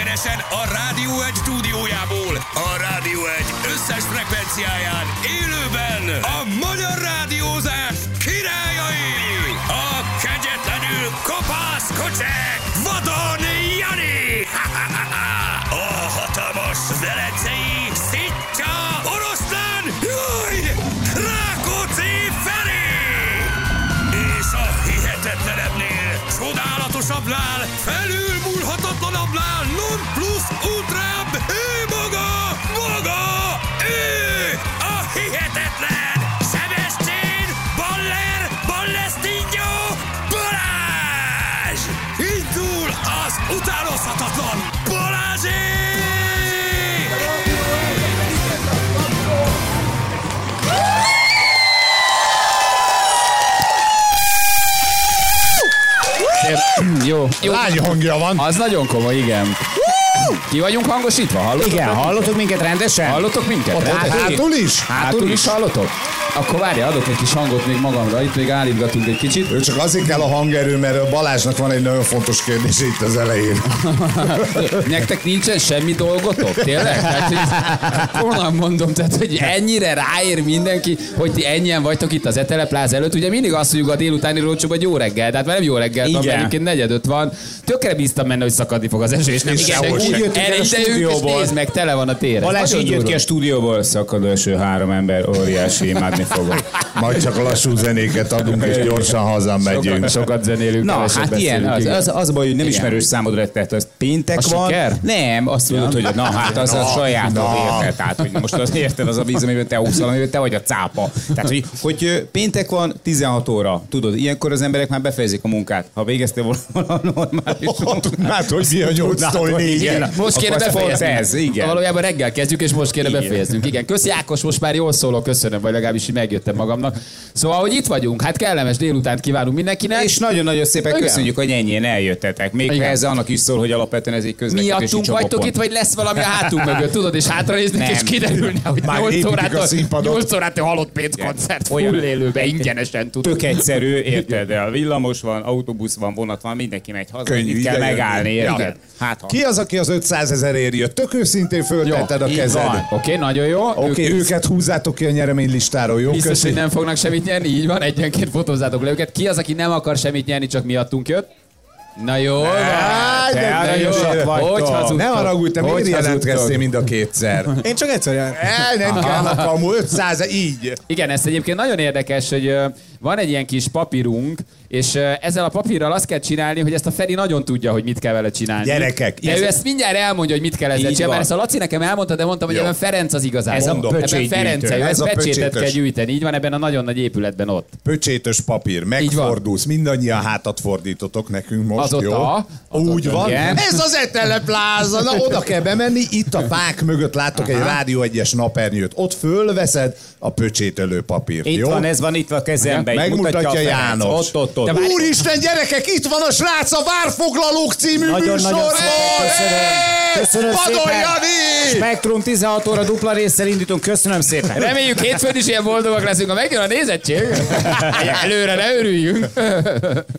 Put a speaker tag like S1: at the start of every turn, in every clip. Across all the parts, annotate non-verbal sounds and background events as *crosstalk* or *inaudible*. S1: a Rádió egy stúdiójából a Rádió egy összes frekvenciáján élőben a magyar rádiózás királyai a kegyetlenül kopászkocsek Vadon Jani *laughs* a hatalmas velencei Szitja Oroszlán Jaj! Rákóczi Feri! És a hihetetlenebbnél, csodálatosabbnál, felülmúlhatatlanabbnál, non plus ultrább, ő maga, maga, ő a hihetetlen Sebestyén Baller Ballestinho Balázs! Indul az utánozhatatlan Balázsék!
S2: Jó, jó.
S3: Lány hangja van.
S2: Az nagyon komoly, igen. Ki vagyunk hangosítva? Hallottok?
S4: Igen, hallottok minket rendesen?
S2: Hallottok minket?
S3: Ott
S2: Rendesen?
S3: hátul is?
S2: Hátul is hallottok? Akkor várjál, adok egy kis hangot még magamra, itt még állítgatunk egy kicsit.
S3: Ő csak azért kell a hangerő, mert Balázsnak van egy nagyon fontos kérdés itt az elején.
S2: Nektek nincsen semmi dolgotok? Tényleg? Tehát, hogy onnan mondom, tehát, hogy ennyire ráér mindenki, hogy ti ennyien vagytok itt az Etelepláz előtt. Ugye mindig azt mondjuk a délutáni rócsóban, hogy jó reggel, tehát már nem jó reggel, van,
S4: Igen.
S2: mert egyébként negyed öt van. Tökre bíztam benne, hogy szakadni fog az eső, és nem
S3: És
S2: is
S3: sehol
S2: senki.
S3: sem.
S4: Úgy jöttünk
S2: Erre
S4: el a
S2: ide ülünk, és
S4: stúdióból.
S2: nézd meg, tele van a tér.
S4: Balázs
S2: Nagyon
S4: így jött
S2: durva.
S4: ki a stúdióból, szakadó eső három ember, óriási, imádni fogok.
S3: Majd csak lassú zenéket adunk, és gyorsan hazamegyünk.
S2: Sokat, sokat zenélünk,
S4: Na,
S2: keveset
S4: hát ilyen,
S2: beszélünk,
S4: az,
S2: igen.
S4: az, az a baj, hogy nem
S2: Igen.
S4: ismerős számodra lett, az péntek
S2: A
S4: van.
S2: siker?
S4: Nem, azt tudod, hogy na hát az a saját
S3: Ah, na.
S2: Ah.
S4: érted. Tehát, hogy most azt érted, az a víz, amiben te úszol, amiben te vagy a cápa. Tehát, hogy, hogy ö, péntek van, 16 óra. Tudod, ilyenkor az emberek már befejezik a munkát. Ha végeztél volna *laughs* hát, valami normális *laughs*
S3: Tudnád, hogy mi a 8-tól 4
S2: Most kéne
S4: Akkor
S2: befejezni.
S4: pont ez, igen.
S2: Valójában reggel kezdjük, és most kéne
S4: Igen.
S2: befejeznünk. Igen, köszi Ákos, most már jól szólok, köszönöm, vagy legalábbis így megjöttem magamnak. Szóval, hogy itt vagyunk, hát kellemes délutánt kívánunk mindenkinek.
S4: És nagyon-nagyon szépen
S2: Igen.
S4: köszönjük, hogy ennyien eljöttetek. Még ha
S2: Igen.
S4: ez annak is szól, hogy alapvetően ez egy közlekedési
S2: Miattunk vagytok
S4: csomópont.
S2: itt, vagy lesz valami a hátunk mögött, tudod, és hátranéznék,
S4: Nem.
S2: és kiderülne, hogy
S3: Már
S2: 8
S3: építik a
S2: órától,
S3: színpadot.
S2: 8 órától halott pénzkoncert,
S4: Olyan.
S2: full élőben, ingyenesen tudtuk.
S4: Tök egyszerű, érted? A villamos van, autóbusz van, vonat van, mindenki megy haza.
S3: Könnyű
S4: itt kell
S3: idejönni.
S4: megállni, érted?
S2: Igen.
S4: Hát, ha.
S3: Ki az, aki az 500 ezerért jött? Tök őszintén föltetted a
S2: így
S3: kezed.
S2: van. Oké, nagyon jó.
S3: Oké, okay, őket húzzátok ki a nyereménylistáról, jó?
S2: Biztos, hogy
S3: Köszi.
S2: nem fognak semmit nyerni, így van, egyenként fotózzátok le őket. Ki az, aki nem akar semmit nyerni, csak miattunk jött? Na jó, van.
S3: Áj, de
S2: Na
S3: nagyon
S2: jó,
S3: sok
S2: hogy
S4: vagytok.
S2: hazudtok?
S3: Ne haragudj, te miért
S2: Hogy
S3: jelentkeztél
S2: hazudtok?
S3: mind a kétszer?
S5: Én csak egyszer jelentem.
S3: El nem kell a kamu, 500 így.
S2: Igen, ez egyébként nagyon érdekes, hogy ö, van egy ilyen kis papírunk, és ö, ezzel a papírral azt kell csinálni, hogy ezt a Feri nagyon tudja, hogy mit kell vele csinálni.
S3: Gyerekek,
S2: De
S3: ez-
S2: ő ezt mindjárt elmondja, hogy mit kell ezzel
S4: Így
S2: csinálni, mert
S4: van.
S2: ezt a Laci nekem elmondta, de mondtam, hogy
S3: Jó.
S2: ebben Ferenc az igazán.
S3: Ez a Mondom.
S2: ebben
S3: pöcsétgyűjtő.
S2: Ferenc, ez,
S3: Ez
S2: ez
S3: a
S2: pecsétet
S3: pöcsétös.
S2: kell gyűjteni, így van ebben a nagyon nagy épületben ott.
S3: Pöcsétös papír, megfordulsz, mindannyian hátat fordítotok nekünk most,
S2: Azóta.
S3: jó?
S2: Azóta,
S3: Úgy van.
S2: igen.
S3: Ez az Etelepláza, na oda kell bemenni, itt a fák mögött látok egy Rádió 1-es napernyőt, ott fölveszed a pöcsétölő papírt,
S4: Itt
S3: jó?
S4: van, ez van itt van a kezemben. itt
S3: Megmutatja
S4: a Ferenc.
S3: János.
S4: Ott, ott, ott.
S3: Úristen, gyerekek, itt van a srác a Várfoglalók című
S4: Nagyon-nagyon
S3: műsorból!
S4: szépen köszönöm. Köszönöm
S3: Vadon
S4: szépen.
S3: Jani!
S4: Spektrum 16 óra dupla résszel indítunk, köszönöm
S3: *laughs*
S4: szépen.
S2: Reméljük hétfőn is ilyen boldogak leszünk, ha megjön a nézettség. Előre ne örüljünk.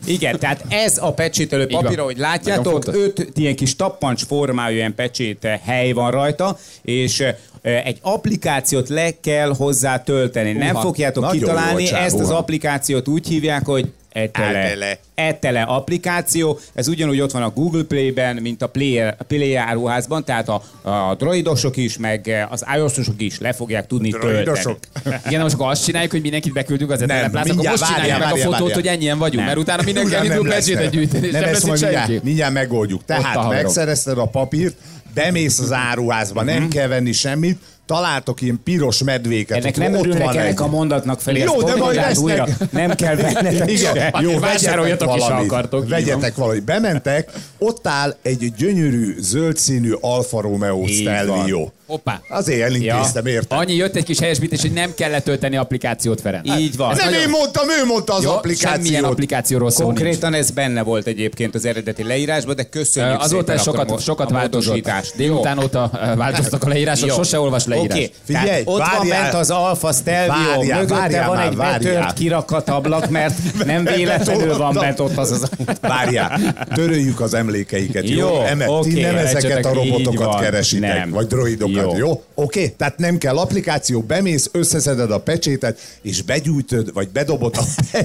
S4: Igen, tehát ez a pecsételő papír,
S2: van.
S4: ahogy látjátok,
S2: fontos.
S4: öt ilyen kis tappancs formájú ilyen pecsét eh, hely van rajta, és eh, egy applikációt le kell hozzá tölteni. Nem
S3: Uha,
S4: fogjátok
S3: nagyon
S4: kitalálni,
S3: jó a csávó,
S4: ezt az
S3: ha.
S4: applikációt úgy hívják, hogy Etele.
S3: Etele.
S4: Etele applikáció, ez ugyanúgy ott van a Google Play-ben, mint a Play, a Play áruházban, tehát a, a droidosok is, meg eh, az iOS-osok is le fogják tudni tölteni.
S3: Droidosok. *laughs*
S2: Igen, most akkor azt csináljuk, hogy mindenkit beküldünk az etelepláz, akkor
S3: mindjárt,
S2: most csináljuk
S3: várjál,
S2: meg a
S3: várjál,
S2: fotót,
S3: várjál.
S2: hogy ennyien vagyunk, mert utána mindenki
S3: Ugyan
S2: elindul
S3: lesz,
S2: pecsétet gyűjteni, és
S3: nem,
S2: nem
S3: ezt
S2: veszik
S3: majd mindjárt,
S2: senki.
S3: mindjárt megoldjuk.
S2: Ott a
S3: Tehát
S2: haverom.
S3: megszerezted a papírt, bemész az áruházba, nem
S2: Mhm.
S3: kell venni semmit, találtok ilyen piros medvéket.
S4: Ennek
S3: ott-
S4: nem
S3: ott
S4: örülnek
S3: van
S4: ennek
S3: egy.
S4: a mondatnak felé.
S3: Jó,
S4: ezt
S3: de
S4: pont
S3: majd
S4: mondd át
S3: lesznek.
S4: Nem kell vennetek se.
S3: Igen, jó, vegyetek
S2: vásároljatok is, ha
S3: valamit.
S2: akartok, így
S3: Vegyetek valamit. Bementek, ott áll egy gyönyörű, zöld színű Alfa Romeo
S4: Így van.
S3: Stelvio.
S2: Hoppá.
S3: Azért elintéztem, érted?
S2: Annyi jött egy kis helyesbítés, hogy nem kellett tölteni applikációt, Ferenc.
S3: Hát,
S4: Így van.
S2: Ez
S3: Nem
S2: nagyon-
S3: én mondtam, ő mondta az
S2: Jó, Semmilyen
S3: applikációt.
S2: applikációról szó nincs.
S4: Konkrétan ez benne volt egyébként az eredeti leírásban, de köszönjük
S2: Azóta
S4: szépen
S2: ez
S4: akkor a
S2: sokat,
S4: mo-
S2: sokat
S4: a
S2: változott.
S4: módosítást.
S2: Délután óta ö, változtak a leírások,
S4: Jó.
S2: sose olvas
S4: Oké,
S5: leírás.
S4: okay.
S3: Figyelj,
S4: Figyelj, ott
S3: várjál.
S4: van bent az Alfa Stelvio,
S3: Várjál,
S4: mögötte
S3: várjál
S4: van
S3: már,
S4: egy
S3: várjál.
S4: betört kirakat ablak, mert nem véletlenül van
S3: Betoltam.
S4: bent ott az az
S3: Várjál, töröljük az emlékeiket, jó?
S4: Jó,
S3: Emet, ti
S4: oké,
S3: nem ezeket
S4: ejtsetek,
S3: a
S4: így
S3: robotokat
S4: van,
S3: keresitek,
S4: nem.
S3: vagy droidokat, jó?
S4: Jó.
S3: Oké, tehát nem kell applikáció, bemész, összeszeded a pecsétet, és begyűjtöd, vagy bedobod a *laughs*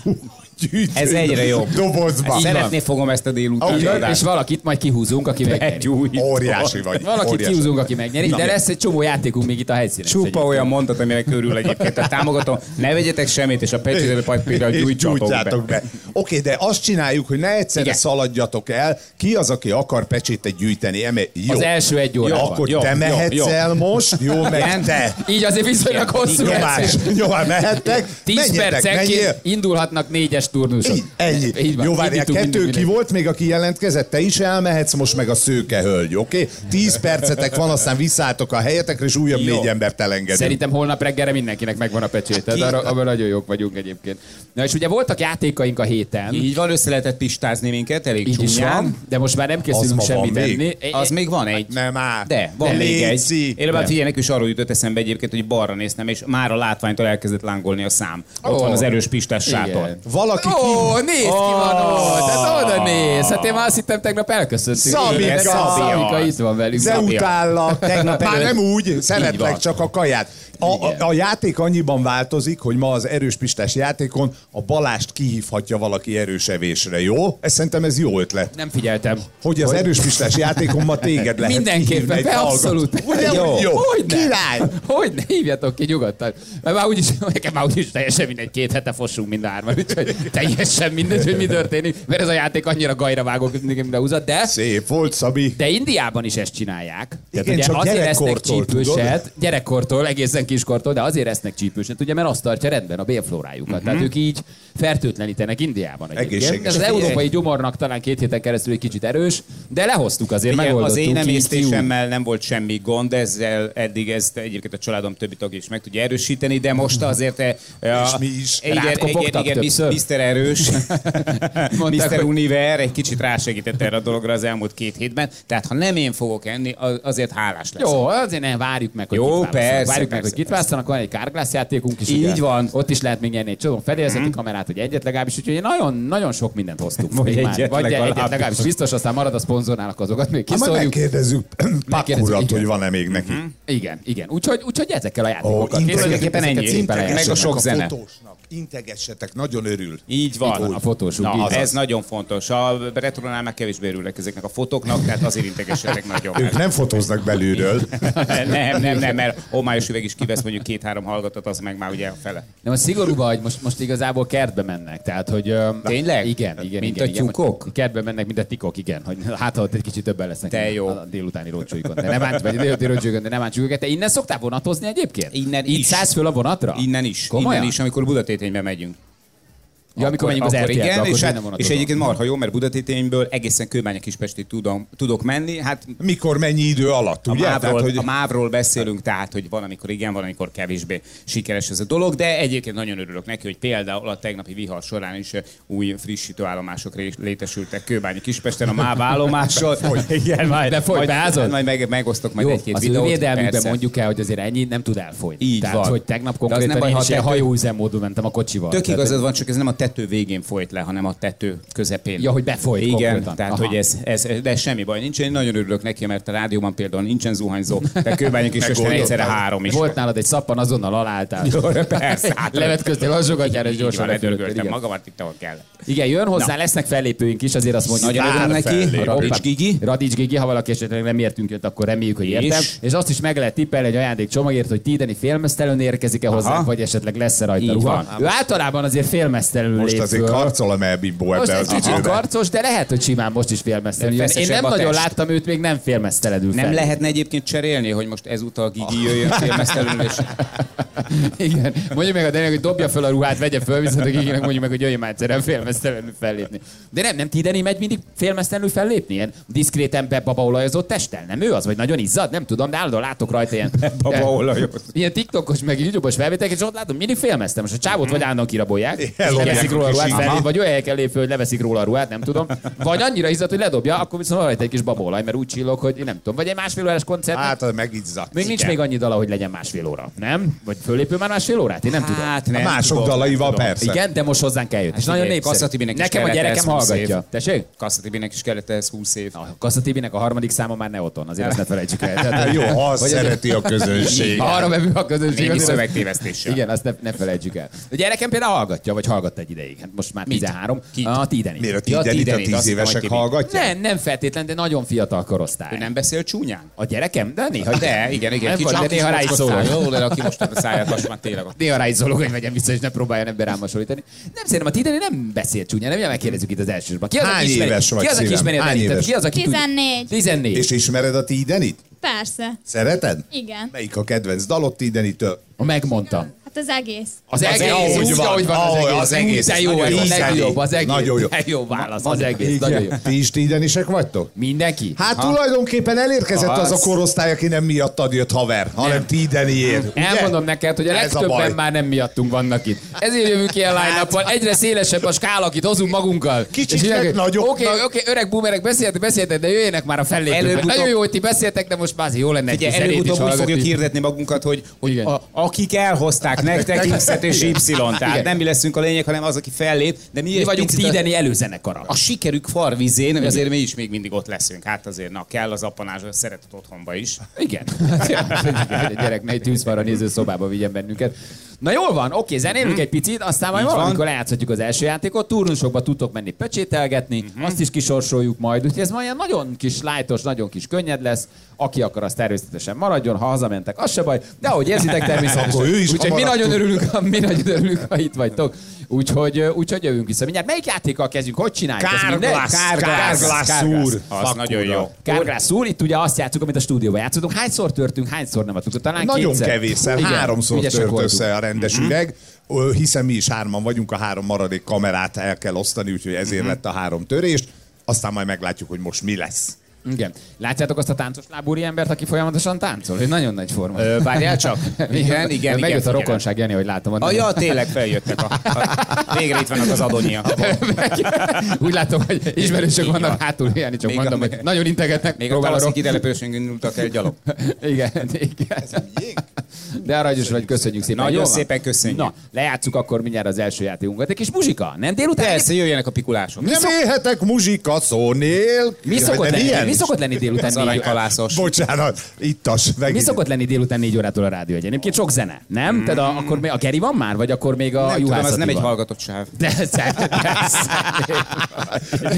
S3: pecsétgyűjtőt.
S4: Ez egyre jobb.
S3: Dobozba.
S2: Így van.
S4: Szeretné fogom ezt a délután.
S3: Oké.
S2: És valakit majd kihúzunk, aki megnyeri.
S3: Óriási vagy.
S2: Valakit
S3: óriási.
S2: kihúzunk, aki megnyeri, de lesz egy csomó játékunk még itt a helyszínen.
S4: Csupa olyan mondat, aminek körül egyébként. Tehát támogatom, ne vegyetek semmit, és a pecsételő
S3: *laughs*
S4: papírra
S3: És
S4: gyújtsatok be.
S3: be. Oké, de azt csináljuk, hogy ne egyszerre
S4: Igen.
S3: szaladjatok el. Ki az, aki akar pecsétet gyűjteni? Eme- jó.
S2: Az első egy
S3: jó,
S2: órában.
S3: akkor
S4: jó,
S3: te
S4: jó,
S3: mehetsz
S4: jó.
S3: el most, jó, meg
S4: Igen.
S3: te.
S2: *laughs* Így azért viszonylag hosszú lesz.
S3: Nyomás, nyomás, mehettek.
S2: 10
S3: menjetek, menjél.
S2: percenként indulhatnak négyes turnusok.
S3: Így, Ennyi.
S2: Így van.
S3: Jó, várjál,
S2: Indítunk
S3: kettő
S2: mindig,
S3: ki
S2: mindig.
S3: volt még, aki jelentkezett, te is elmehetsz, most meg a szőke hölgy, oké? Tíz percetek van, aztán visszaálltok a helyetekre, és újabb
S4: Jó.
S3: négy embert elengedünk.
S2: Szerintem holnap reggelre mindenkinek megvan a pecséted,
S3: Ki-
S2: arra, abban nagyon jók vagyunk egyébként. Na és ugye voltak játékaink a héten, így,
S4: Így van, össze lehetett pistázni minket, elég
S2: így is
S4: csúnyán.
S2: van, de most már nem
S3: Az
S2: készülünk
S3: ma van
S2: semmit
S3: még?
S2: enni. É-
S4: Az még van egy.
S3: Nem már.
S4: De, van
S3: De
S4: még
S3: léci.
S4: egy. Én
S2: Nem.
S4: hát figyelj, nekünk is arról jutott eszembe egyébként, hogy balra néztem, és már a látványtól elkezdett lángolni a szám. Ott
S2: Ó.
S4: van az erős pistás sátor.
S2: Igen.
S3: Valaki
S2: Ó,
S3: ki...
S2: nézd ki van ott, hát oda néz. Hát én már azt hittem, tegnap elköszöntünk.
S3: Szabika!
S2: Szabika itt van velünk.
S3: De utállak, tegnap Már nem úgy, szeretlek
S4: van.
S3: csak a kaját. A, a, a játék annyiban változik, hogy ma az erős pistás játékon a balást kihívhatja valaki erős evésre, jó? Ez szerintem ez jó ötlet.
S2: Nem figyeltem.
S3: Hogy az erős pistás játékon ma téged lehet kihívni
S2: Mindenképpen,
S3: egy
S2: be abszolút.
S3: hallgató. Ugye,
S4: Jó.
S3: jó.
S2: Hogyne?
S3: Király!
S2: Hogy ne hívjatok ki nyugodtan. Mert már úgyis, nekem már úgyis teljesen mindegy, két hete fossunk mind a hárman, úgyhogy teljesen mindegy, hogy mi történik, mert ez a játék annyira gajra vágok, mindig minden húzat, de...
S3: Szép volt, Szabi.
S2: De Indiában is ezt csinálják. Tehát
S3: Igen, csak
S2: azért esznek
S3: gyerekkortól,
S2: csípőset, gyerekkortól, egészen kiskortól, de azért esznek csípőset, ugye, mert azt tartja rendben a bélflórájukat.
S4: Mhm.
S2: Uh-huh. Tehát ők így fertőtlenítenek Indiában. egyébként.
S3: Egészséges.
S2: Ez az
S3: Figyelj.
S2: európai gyomornak talán két héten keresztül egy kicsit erős, de lehoztuk azért,
S4: Igen,
S2: megoldottuk.
S4: az én
S2: így, fiú.
S4: emésztésemmel nem volt semmi gond, ezzel eddig ezt egyébként a családom többi tagja is meg tudja erősíteni, de most azért... E,
S3: És mi is.
S4: Igen, igen,
S2: Rátkopogtak
S4: igen,
S2: többször?
S4: Mr. Erős,
S2: Mondták,
S4: Mr.
S2: hogy-
S4: Univer egy kicsit rásegített erre a dologra az elmúlt két hétben, tehát ha nem én fogok enni, az- azért hálás lesz.
S2: Jó, azért nem, várjuk meg, hogy
S4: Jó,
S2: kit választanak.
S4: persze,
S2: Várjuk meg,
S4: persze,
S2: hogy kit választanak, van egy kárglász játékunk is.
S4: Így van. Mhm.
S2: Ott is lehet még nyerni egy csodon fedélzeti kamerát, hogy egyet legalábbis, úgyhogy nagyon, nagyon sok mindent hoztunk.
S4: Vagy
S2: még már.
S4: egyet
S2: Vagy
S4: legalábbis.
S2: egyet legalábbis biztos, aztán marad a szponzornálak azokat még
S3: Hát majd
S2: kiszorjuk.
S3: megkérdezzük *clears throat* Pakurat,
S2: igen.
S3: hogy van-e még neki.
S4: Mhm.
S2: Igen, igen. Úgyhogy, úgyhogy ezekkel a játékokkal.
S3: Ó,
S2: készülünk,
S4: integetjetek,
S2: ezeket
S4: ennyi.
S2: szépen
S4: Integetjetek.
S2: lejátszunk.
S4: Meg a sok zene.
S3: fotósnak. Integessetek, nagyon örül.
S4: Így van.
S2: Itt a fotósunk, így
S4: Na,
S2: van.
S4: ez nagyon fontos. A retronál meg kevésbé örülnek ezeknek a fotóknak, tehát azért integessetek nagyon.
S3: Ők nem fotóznak belülről.
S4: nem, nem, nem, mert homályos üveg is kivesz mondjuk két-három hallgatót, az meg már ugye a fele.
S2: Nem, a szigorú vagy, most, most igazából kertbe mennek. Tehát, hogy, ö,
S4: Tényleg?
S2: Igen, igen.
S4: Mint
S2: igen,
S4: a
S2: igen,
S4: tyúkok?
S2: Most Kertbe mennek, mint a tikok, igen. Hogy, hát, ha ott egy kicsit többen lesznek.
S4: De jó.
S2: A, a délutáni rocsóikon. De nem ánts, vagy a délutáni rocsóikon, de nem ántsuk őket. Te innen szoktál vonatozni egyébként?
S4: Innen
S2: Itt
S4: is.
S2: szállsz föl a vonatra?
S4: Innen is,
S2: Komolyan?
S4: innen is, amikor Budatéténybe megyünk.
S2: Ja, amikor megyünk az
S4: akkor
S2: RTL-be,
S4: igen,
S2: akkor
S4: és,
S2: innen
S4: hát, és
S2: vonatozom.
S4: egyébként marha jó, mert Budatétényből egészen Kőbánya Kispestig tudom, tudok menni. Hát
S3: *laughs* Mikor, mennyi idő alatt,
S4: a
S3: ugye? Tehát,
S4: mávról,
S3: hogy
S4: a mávról beszélünk, tehát, hogy van, amikor igen, van, amikor kevésbé sikeres ez a dolog, de egyébként nagyon örülök neki, hogy például a tegnapi vihar során is eh, új frissítőállomások ré- létesültek Kőbányi Kispesten a MÁV
S2: *laughs*
S4: állomással. igen, majd,
S2: De fogy,
S4: majd,
S2: beázod?
S4: majd meg, megosztok majd
S2: Szóval- Jó,
S4: egy-két
S2: az ő
S4: videót.
S2: védelmükben
S4: persze.
S2: mondjuk el, hogy azért ennyi nem tud elfolyni.
S4: Így
S2: Tehát,
S4: van.
S2: hogy tegnap
S4: De az
S2: konkrétan
S4: nem baj,
S2: én
S4: ha
S2: is ilyen
S4: te-
S2: hajóüzemmódon mentem a kocsival.
S4: Tök
S2: Tehát,
S4: igazad van, csak ez nem a tető végén folyt le, hanem a tető közepén.
S2: Ja, hogy befolyt
S4: Igen,
S2: konkrétan.
S4: tehát
S2: Aha.
S4: hogy ez, ez, de semmi baj nincs. Én nagyon örülök neki, mert a rádióban például nincsen zuhanyzó, de kőbányok is most egyszerre három is.
S2: Volt nálad egy szappan, azonnal aláálltál.
S4: Jó, persze, hát-
S2: *laughs* Levetköztél a zsogatjára, és
S4: Így van,
S2: gyorsan lefülöttél.
S4: ledörgöltem
S2: Igen.
S4: magamat itt, ahol kell.
S2: Igen, jön hozzá, lesznek fellépőink is, azért azt mondjuk.
S4: Nagyon örülök neki,
S2: Hoppá.
S4: Radics Gigi.
S2: Radics Gigi, ha valaki esetleg nem értünk jött, akkor reméljük, hogy értem. És,
S4: És?
S2: azt is meg lehet tippelni egy ajándék csomagért, hogy Tídeni félmeztelőn érkezik-e hozzá,
S4: Aha.
S2: vagy esetleg lesz-e rajta
S4: Így
S2: ruha.
S4: van.
S2: Ő általában azért félmeztelőn
S3: most
S2: lép
S3: azért
S2: föl.
S3: karcol a melbimbó
S2: most
S3: ebbe
S2: egy
S3: az
S2: kicsit
S3: időben.
S2: karcos, de lehet, hogy simán most is félmesztelenül.
S4: De
S2: jön. Én
S4: feszesebb
S2: nem
S4: a
S2: nagyon
S4: test.
S2: láttam őt még nem félmeztelenül
S4: Nem
S2: fel. Ah.
S4: lehetne egyébként cserélni, hogy most ezúttal Gigi jöjjön
S2: *laughs*
S4: filmesztelőn, és
S2: Igen. Mondjuk meg a Daniel, hogy dobja fel a ruhát, vegye föl, viszont a Giginek mondjuk meg, hogy jöjjön már egyszerűen félmeztelenül fellépni. De nem, nem Tideni megy mindig félmeztelenül fellépni, ilyen diszkréten bebabaolajozott testtel, nem ő az, vagy nagyon izzad, nem tudom, de állandóan látok rajta ilyen.
S4: babaolajot.
S2: Ilyen TikTokos, meg YouTube-os felvételek, és ott látom, mindig félmeztem. Most a csávót vagy állandóan kirabolják.
S3: Elolják
S2: leveszik róla a ruhát,
S4: Aha.
S2: felé, vagy olyan helyeken lép föl, hogy leveszik róla a ruhát, nem tudom. Vagy annyira izzad, hogy ledobja, akkor viszont van rajta egy kis babolaj, mert úgy csillog, hogy én nem tudom. Vagy egy másfél órás koncert.
S3: Hát, megizzadt.
S2: még nincs
S4: igen.
S2: még annyi dala, hogy legyen másfél óra, nem? Vagy fölépő már másfél órát? Én nem tudom.
S4: Hát nem
S3: Mások
S4: tudom,
S3: dalaival
S4: nem tudom.
S3: persze.
S2: Igen, de most hozzánk eljött. És
S4: Hát
S2: nagyon
S4: figyelj, Kassa
S2: népszerű.
S4: Tibinek is
S2: Nekem a
S4: kellett
S2: gyerekem
S4: ez 20
S2: hallgatja.
S4: év.
S2: Tessék?
S4: Kasszatibinek is kellett ehhez 20 év.
S2: A Kasszatibinek a harmadik száma már Neoton, azért ezt ne felejtsük el. Tehát,
S3: Jó, ha azt
S2: hogy ez-
S3: szereti a közönség.
S2: Ha arra bevő a közönség.
S4: Némi
S2: azért az-
S4: szövegtévesztéssel.
S2: Igen, azt ne, ne felejtsük el. A gyerekem például hallgatja, vagy hallgatta egy ideig. Hát most már 13.
S4: Kit?
S2: A Tidenit.
S3: Miért a
S4: Ja, a
S3: tídenit a
S4: Tidenit, azt
S3: tíz évesek
S4: mondtam, hogy
S3: hallgatják?
S2: Nem, nem feltétlen, de nagyon fiatal
S4: Ő
S2: korosztály.
S4: nem beszél csúnyán?
S2: A gyerekem? De néha,
S4: De, igen, igen.
S2: Nem
S4: kicsi-
S2: vagy, de
S4: kicsi
S2: néha rá is
S4: mocskos
S2: szól.
S4: szája. Jó, de aki most a száját, most már tényleg a
S2: Néha rá is szólok, hogy vegyem vissza, és ne próbáljon ember rám hasonlítani. Nem szerintem a Tideni nem beszél csúnya, nem ugye megkérdezzük itt az elsősorban. Ki az,
S3: Hány
S2: aki ismeri,
S3: éves vagy,
S2: ki az, aki
S3: szívem?
S2: ismeri a
S3: Hány
S2: Denit? Tehát
S3: éves?
S2: Ki az, aki tudja?
S5: 14.
S2: 14.
S3: És ismered a tídenit?
S5: Persze,
S3: Szereted?
S5: igen.
S3: Melyik a kedvenc dalot tídenitől?
S2: Megmondtam.
S5: Hát az egész.
S2: Az
S3: Az
S2: egész,
S3: egész,
S2: úgy,
S3: van,
S2: ahogy van
S3: ahogy
S2: az egész.
S3: az egész.
S2: De jó,
S3: Nagyon
S2: ez
S3: jó.
S2: a legjobb, az egész.
S3: Nagyon jó.
S2: De jó válasz, az egész,
S3: Igen.
S2: nagyon jó.
S3: Ti is tídenisek vagytok?
S2: Mindenki?
S3: Hát tulajdonképpen elérkezett
S2: Az.
S3: az a korosztály, aki nem miattad jött haver, hanem tídeniért. ugye?
S2: Elmondom neked, hogy a
S3: Ez a
S2: legtöbben
S3: baj. Hát-
S2: már nem miattunk vannak itt. Ezért jövünk ilyen line egyre szélesebb a skála, akit hozunk magunkkal.
S3: Kicsiknek,
S2: És így-
S3: nagyoknak.
S2: Oké, oké, öreg boomerek, beszéltek, beszéltek, de jöjjenek már a fellépők.
S4: Előbb-utóbb-
S2: Nagyon jó, hogy ti beszéltek, de most már azért jó lenne egy
S4: Ugye
S2: kis zenét is
S4: előbb-utóbb úgy fogjuk
S2: hallgatni.
S4: hirdetni magunkat, hogy, hogy
S2: Igen.
S4: a, akik elhozták
S3: Hát,
S4: nektek X-et és Y-t.
S2: Igen.
S4: Tehát nem mi leszünk a lényeg, hanem az, aki fellép, de mi,
S2: Mi
S4: egy
S2: vagyunk
S4: picit a-
S2: Tideni előzenekara.
S4: a sikerük farvizén, azért mi is még mindig ott leszünk. Hát azért, na kell az apanás, a szeretet otthonba is.
S2: Igen. Hát Igen, hogy a gyerek ne tűz a nézőszobába vigyen bennünket. Na jól van, oké, zenélünk egy picit, aztán majd
S4: Így van.
S2: valamikor lejátszhatjuk az első játékot, turnusokba tudtok menni pecsételgetni,
S3: Mhm.
S2: azt is kisorsoljuk majd, úgyhogy ez majd ilyen nagyon kis lájtos, nagyon kis könnyed lesz, aki akar, az természetesen maradjon, ha hazamentek, az se baj, de ahogy érzitek természetesen.
S3: Akkor ő is
S2: úgyhogy mi
S3: hamarabb
S2: nagyon, örülünk, ha, mi nagyon örülünk, ha itt vagytok. Úgyhogy, ö, úgyhogy jövünk vissza. Mindjárt melyik játékkal kezdjünk? Hogy csináljuk? Ez mindegy?
S4: Kárglász,
S2: Kárglász,
S4: kárglász
S2: kárglász.
S3: úr.
S4: Az nagyon jó.
S2: Kárgrász úr, itt ugye azt játszunk, amit a stúdióban játszottunk. Hányszor törtünk, hányszor nem adtuk? Talán
S3: Nagyon
S2: kétszer.
S3: kevésszer,
S2: Igen,
S3: háromszor
S2: ügyesek
S3: tört
S2: voltunk.
S3: össze a rendes
S2: Mhm.
S3: üveg, Ö, hiszen mi is hárman vagyunk, a három maradék kamerát el kell osztani, úgyhogy
S2: Mhm.
S3: ezért lett a három törés, aztán majd meglátjuk, hogy most mi lesz.
S2: Igen. Látjátok azt a táncos lábúri embert, aki folyamatosan táncol? Ő nagyon nagy forma.
S4: Ö, várjál csak. Igen, igen,
S2: Megjött
S4: igen,
S2: a rokonság, Jani, hogy látom.
S4: A, ja, tényleg feljöttek. A, a, végre itt vannak az
S2: *laughs*
S4: adonyiak.
S2: Úgy látom, hogy ismerősök
S4: Így
S2: vannak
S4: van.
S2: hátul, Jani, csak
S4: Még a-
S2: mondom, hogy nagyon integetnek.
S4: Még a
S2: próbál
S4: tavaszi
S2: ro-
S4: kidelepősön indultak el gyalog.
S2: Igen, igen. De aranyos vagy, köszönjük szépen.
S4: Nagyon
S2: Jól van?
S4: szépen köszönjük.
S2: Na, lejátszuk akkor mindjárt az első játékunkat. Egy kis muzsika, nem délután?
S4: Persze, jöjjenek a pikulások.
S3: Nem élhetek muzsika szó nélkül.
S2: Mi szokott,
S3: Vagy nem
S2: lenni,
S3: ilyen?
S2: mi szokott lenni délután
S4: Az
S2: négy
S4: aranykalászos.
S3: Bocsánat, ittas.
S2: Mi
S3: megint.
S2: szokott lenni délután négy órától a rádió egy? Egyébként sok zene, nem? Tehát a, akkor még a Geri van már, vagy akkor még a
S4: Nem tudom,
S2: juhászati
S4: az nem egy
S2: van?
S4: hallgatott sáv.
S2: *laughs* De szá-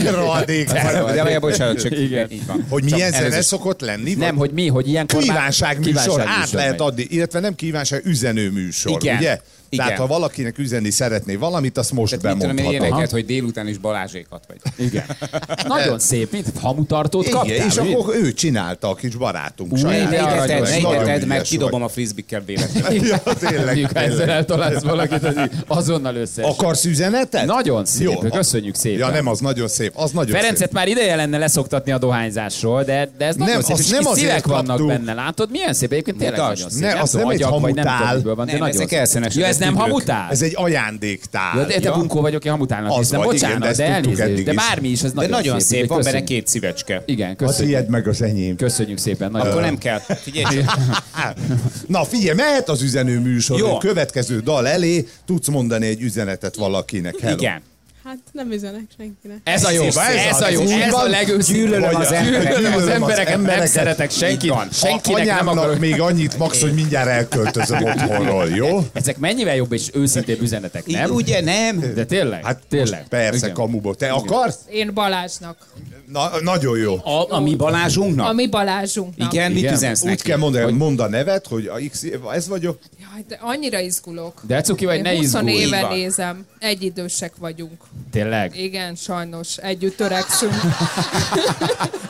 S2: de
S3: Rohadék.
S4: De vagy, bocsánat, csak
S2: Igen.
S4: így van.
S3: Hogy milyen zene
S4: előző-
S3: szokott lenni?
S2: nem, hogy mi, hogy ilyenkor már-
S3: kívánságműsor át
S2: kívánságműsor
S3: lehet
S2: megy.
S3: adni, illetve nem kívánság, üzenőműsor,
S4: Igen.
S3: ugye?
S4: Igen.
S3: Tehát ha valakinek üzenni szeretné valamit, azt most
S4: Tehát mit tudom én
S3: bemondhatom.
S4: ilyeneket, hogy délután is Balázsékat vagy.
S2: Igen. Nagyon szép, mint hamutartót
S3: Igen,
S2: kaptál.
S3: és
S2: ugye?
S3: akkor *laughs* ő csinálta a kis barátunk saját.
S2: de
S3: Ez
S2: aranyos.
S4: Ne
S3: nagyon
S2: vagy.
S4: égeted,
S3: ügyes
S4: meg
S3: vagy.
S4: kidobom a frisbikkel
S3: *laughs*
S4: véletlenül.
S3: Ja, tényleg,
S2: Mondjuk, ha ezzel
S3: tényleg.
S2: eltalálsz valakit, az így azonnal össze.
S3: Akarsz üzenetet?
S2: Nagyon szép,
S3: Jó.
S2: köszönjük szépen.
S3: Ja nem, az nagyon szép. Az nagyon szép.
S2: Ferencet már ideje lenne leszoktatni a dohányzásról, de, de ez nagyon
S3: Nem,
S2: szép,
S3: azt
S2: és
S3: nem
S2: kis
S3: azért
S2: szívek vannak
S3: kaptuk.
S2: benne, látod? Milyen szép, egyébként tényleg
S4: Mutasd.
S2: nagyon szép.
S3: Ne, az
S2: tudom,
S3: nem egy
S2: agyak, vagy nem tudom,
S3: hamutál.
S2: miből van, de
S4: Nem,
S2: nagyon
S4: ezek
S2: szép.
S4: elszenesek,
S2: Ja, ez
S4: ezt
S2: nem
S4: tükrök.
S2: hamutál?
S3: Ez egy ajándéktál.
S2: Ja, de te
S4: Ja.
S2: bunkó vagyok, én hamutálnak
S3: Az
S2: hiszem.
S3: vagy,
S2: Bocsánat,
S3: igen, de ezt
S2: de
S3: tudtuk
S2: elnézést,
S3: eddig
S2: de
S3: is.
S2: bármi is, ez
S4: De
S2: nagyon,
S4: nagyon
S2: szép.
S4: szép,
S2: úgyhogy
S4: van benne
S2: köszönjük.
S4: két szívecske.
S2: Igen,
S3: Az
S2: köszönjük.
S3: ilyed Hát meg az enyém.
S2: Köszönjük szépen. Nagyon.
S4: Akkor nem kell. Figyelj, csak.
S3: Hát, Na figyelj, mehet az üzenőműsor.
S4: Jó.
S3: Jó. A következő dal elé tudsz mondani egy üzenetet valakinek. Hello.
S4: igen.
S6: Hát nem üzenek senkinek.
S2: Ez a jó, ez,
S3: Szép, ez
S2: a
S3: az,
S2: jó,
S3: ez
S2: ez
S3: így
S2: a
S3: van.
S2: legőszintébb.
S3: Gyűlölöm az
S2: Gyűlölöm
S3: embereket.
S2: az
S3: Gyűlölöm az
S2: embereket, nem
S3: embereket.
S2: szeretek senkit,
S4: van.
S2: senkinek nem
S3: Anyámnak
S2: akarok.
S3: még annyit, Max, hogy mindjárt elköltözöm otthonról, jó?
S2: Ezek mennyivel jobb és őszintébb üzenetek,
S4: Nem?
S2: nem?
S4: Ugye nem?
S2: De tényleg?
S3: Hát
S2: tényleg.
S3: most persze,
S2: Igen.
S3: kamuba. Te akarsz?
S7: Én Balázsnak.
S3: Na, nagyon jó.
S4: A, a mi
S7: A
S4: Balázsunknak?
S7: mi Balázsunknak.
S4: Igen, mit
S2: Igen.
S4: üzensz
S3: Úgy
S4: neki?
S3: kell mondani, mond a nevet, hogy a X, ez vagyok.
S7: Jaj, de annyira izgulok.
S2: De cuki vagy,
S7: Én
S2: ne
S7: 20
S2: izgulj.
S7: éve
S4: Így van.
S7: nézem. Egyidősek vagyunk.
S2: Tényleg?
S7: Igen, sajnos. Együtt öregszünk.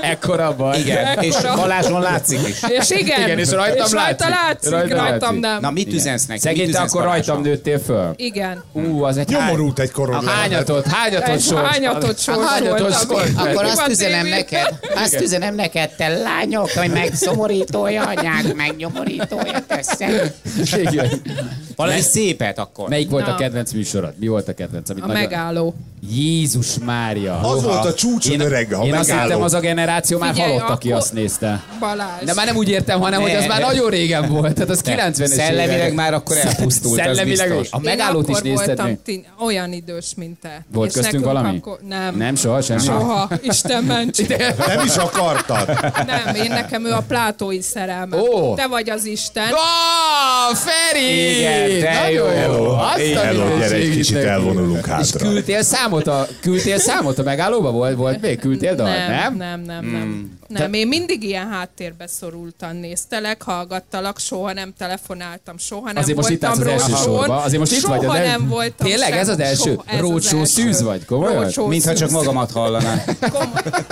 S2: Ekkora baj.
S4: Igen, és
S7: Ekkora.
S4: Balázson látszik is.
S7: És
S2: *laughs*
S7: igen,
S2: Igen, és rajtam
S7: és rajta
S2: látszik.
S7: látszik,
S2: Rajta
S7: rajtam
S2: látszik.
S7: nem.
S4: Na, mit üzensz neki?
S2: Szegény,
S4: Mit
S2: te
S4: üzensz
S2: akkor rajtam
S4: Balázsnak?
S2: nőttél föl.
S7: Igen.
S2: Ú, az egy
S3: Nyomorult egy koron.
S2: Hányatot, hányatot
S7: Egy
S2: sor.
S7: hányatot sors
S2: Hányatot
S7: voltam.
S2: sor.
S8: Akkor
S7: Mi
S8: azt
S7: van,
S8: üzenem
S7: Tibi?
S8: neked, azt üzenem neked, te lányok, hogy megszomorítója anyák, megnyomorítója teszem.
S2: Igen.
S4: Valami szépet akkor.
S2: Melyik volt a
S7: Na.
S2: kedvenc műsorod? Mi volt a kedvenc? Amit
S7: A
S2: nagyon-
S7: megálló.
S2: Jézus Mária!
S3: Az volt a csúcs
S2: Én,
S3: öreg, ha
S2: én azt hittem,
S3: megálló.
S2: az a generáció már
S7: Figyelj,
S2: halott, aki
S7: akkor-
S2: azt nézte.
S7: Balázs.
S2: De már nem úgy értem, hanem hogy az
S4: Ne,
S2: már
S4: ne.
S2: nagyon régen volt. Tehát az 90-es
S4: Szellemileg
S2: évek.
S4: már akkor elpusztult, az
S2: Szellemileg
S4: biztos.
S2: A megállót
S7: Én
S2: is
S7: akkor
S2: nézted
S7: voltam
S2: még?
S7: tin- olyan idős, mint te.
S2: Volt
S7: És
S2: köztünk
S7: nekünk
S2: valami?
S7: Akkor... Nem.
S2: Nem, soha semmi.
S7: Soha.
S2: *laughs*
S7: Isten ments.
S3: Nem is akartad.
S7: Nem, én nekem ő a plátói szerelme.
S2: Ó.
S7: Te vagy az Isten.
S2: Ó, Feri!
S4: Hát- Igen, de
S2: Nagyon
S4: jó.
S2: Azt a
S3: Hello, gyere, egy
S2: mindenségit
S3: kicsit
S2: neki.
S3: elvonulunk
S2: És
S3: hátra.
S2: küldtél számot a, küldtél számot a megállóba? Volt, volt még? Küldtél dal? Nem?
S7: nem, nem, nem, nem.
S4: Hmm.
S7: nem. Én mindig ilyen háttérbe szorultan néztelek, hallgattalak, soha nem telefonáltam, soha nem
S2: Azért most itt állsz
S7: voltam
S2: az első
S7: roadshow-n,
S2: sorba. Azért most itt
S7: soha
S2: vagy. az el-
S7: nem voltam
S2: Tényleg
S7: sem-
S2: ez az első?
S7: soha, ez az
S2: Rócsó
S7: első.
S2: szűz vagy, komolyan?
S7: Roadshow
S4: Mintha csak
S7: szűz.
S4: magamat hallanám.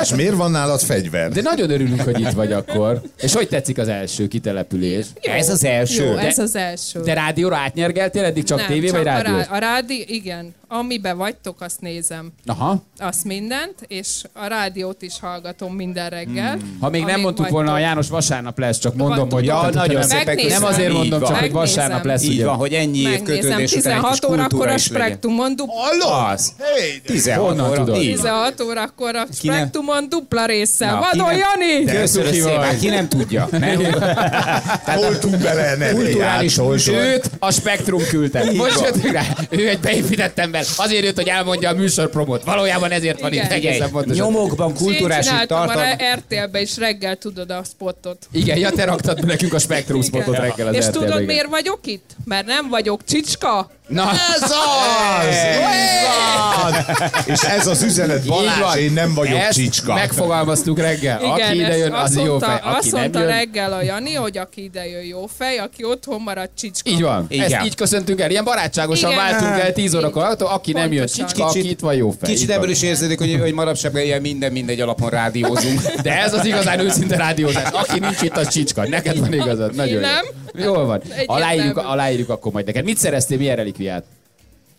S3: És miért van nálad fegyver?
S2: De nagyon örülünk, hogy itt vagy akkor. És hogy tetszik az első kitelepülés?
S4: Ez az első.
S7: Jó,
S4: De-
S7: ez az első.
S2: Te rádióra átnyergeltél eddig csak
S7: nem,
S2: tévé
S7: csak
S2: vagy
S7: a
S2: rádió?
S7: rá- A rádi, igen. Amibe vagytok, azt nézem.
S2: Aha.
S7: Azt mindent, és a rádiót is hallgatom minden reggel.
S2: Hmm. Ha még nem
S7: amíg
S2: mondtuk
S7: vagytok.
S2: volna, a János vasárnap lesz, csak mondom,
S7: Mondtuk.
S2: hogy
S7: Ja,
S2: tehát,
S4: nagyon
S2: nem-
S4: szépek
S7: Megnézem.
S2: Nem azért
S4: Így
S2: mondom,
S4: van.
S2: csak hogy
S7: Megnézem.
S2: vasárnap lesz,
S4: Így
S2: ugye?
S4: van, hogy ennyi év
S7: Megnézem,
S4: kötődés után egy
S7: 16
S4: kis
S7: órakor
S4: kultúra
S7: a
S4: is legyen.
S7: spektrumon dupla,
S4: Az. 16
S2: Honnan
S4: óra.
S2: tudod?
S4: Így van.
S7: 16 órakor a
S4: Ki nem-
S7: spektrumon dupla része.
S4: Na,
S7: Vadon
S4: ki nem-
S7: Jani!
S4: Köszönöm
S2: cuki
S4: szépen, Hát
S2: vagy.
S4: ki nem tudja. Nem?
S3: Voltunk bele, ne
S2: Kulturális
S3: játszol, soha.
S2: őt a Spektrum küldte. Most jöttünk rá. Ő egy beépített ember. Azért jött, hogy elmondja a műsor promót. Valójában ezért van
S7: Igen.
S2: itt egészen pontosan.
S4: Nyomokban
S7: Én
S4: kulturális
S7: csináltam
S4: tartalom.
S7: a RTL-be, és reggel tudod a spotot.
S2: Igen, ja, te raktad be nekünk a Spektrum
S7: Igen.
S2: spotot reggel az
S7: És
S2: RTL-ben,
S7: tudod,
S2: igen.
S7: miért vagyok itt? Mert nem vagyok csicska.
S2: Na,
S3: Ez az! Így van! És ez az üzenet,
S2: így van.
S3: Balázs, én nem vagyok
S2: Ezt
S3: csicska.
S2: megfogalmaztuk reggel. aki ide
S7: ezt
S2: jön,
S7: azt
S2: az jó
S7: mondta,
S2: fej. Aki
S7: Azt
S2: nem
S7: mondta
S2: jön,
S7: reggel a Jani, hogy aki ide jön, jó fej, aki otthon marad, csicska.
S2: Így van.
S4: Igen.
S2: Ezt így köszöntünk el. Ilyen barátságosan
S7: Igen.
S2: váltunk el 10 órakor. attól, Aki nem jön,
S7: Pontosan.
S2: csicska, aki itt van, jó fej.
S4: Kicsit
S2: Így van.
S4: ebből is érződik, hogy, hogy manapság ilyen minden mindegy alapon rádiózunk.
S2: De ez az igazán őszinte rádiózás. Aki nincs itt, az csicska. Neked van igazad. Nagyon
S7: Nem.
S2: Jó. Jól van.
S7: Egyértelmű.
S2: Aláírjuk, aláírjuk akkor majd neked. Mit szereztél, milyen relikviát?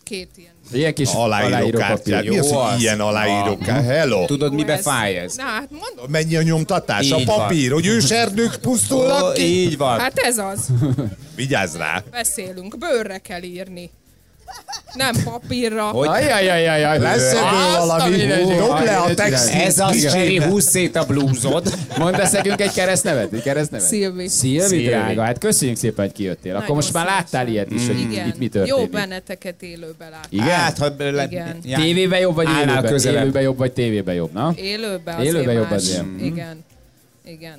S7: Két ilyen.
S2: Ilyen kis
S3: Aláíró kártyát.
S2: papír.
S3: Mi az,
S4: Jó
S3: hogy
S4: az.
S3: ilyen aláíró kártyát? Hello!
S4: Tudod,
S7: Ó,
S4: mibe fáj ez?
S7: Na, hát mondom,
S3: Mennyi a nyomtatás? A
S4: Így van.
S3: papír, hogy őserdők
S4: Ó,
S3: pusztulnak ki?
S4: Így van.
S7: hát ez az.
S3: Vigyázz rá!
S7: Beszélünk, bőrre kell írni. Nem papírra. Hogy?
S2: Ajajajajaj.
S3: Lesz ebből valami. Dobd le a textit.
S4: Ez az
S3: Igen.
S4: Cséri, húsz szét a blúzod.
S2: Mondd ezt nekünk egy keresztnevet, egy keresztnevet.
S7: Szilvi.
S2: Szilvi,
S4: Szilvi.
S2: drága, hát köszönjük szépen, hogy kijöttél. Akkor
S7: Nagyon
S2: most már
S7: szívesen. Mm.
S2: láttál ilyet is, hogy
S7: Igen.
S2: itt mi történik.
S7: Jó benneteket élőben látni.
S2: Igen?
S4: Hát, ha le,
S7: Igen.
S4: já-
S2: Tévében jobb vagy
S4: Állnál
S2: élőben?
S4: közelebb.
S2: Élőben jobb vagy tévében jobb, na?
S7: Élőben azért
S2: Élőben jobb
S7: más.
S2: azért.
S7: Igen. Igen.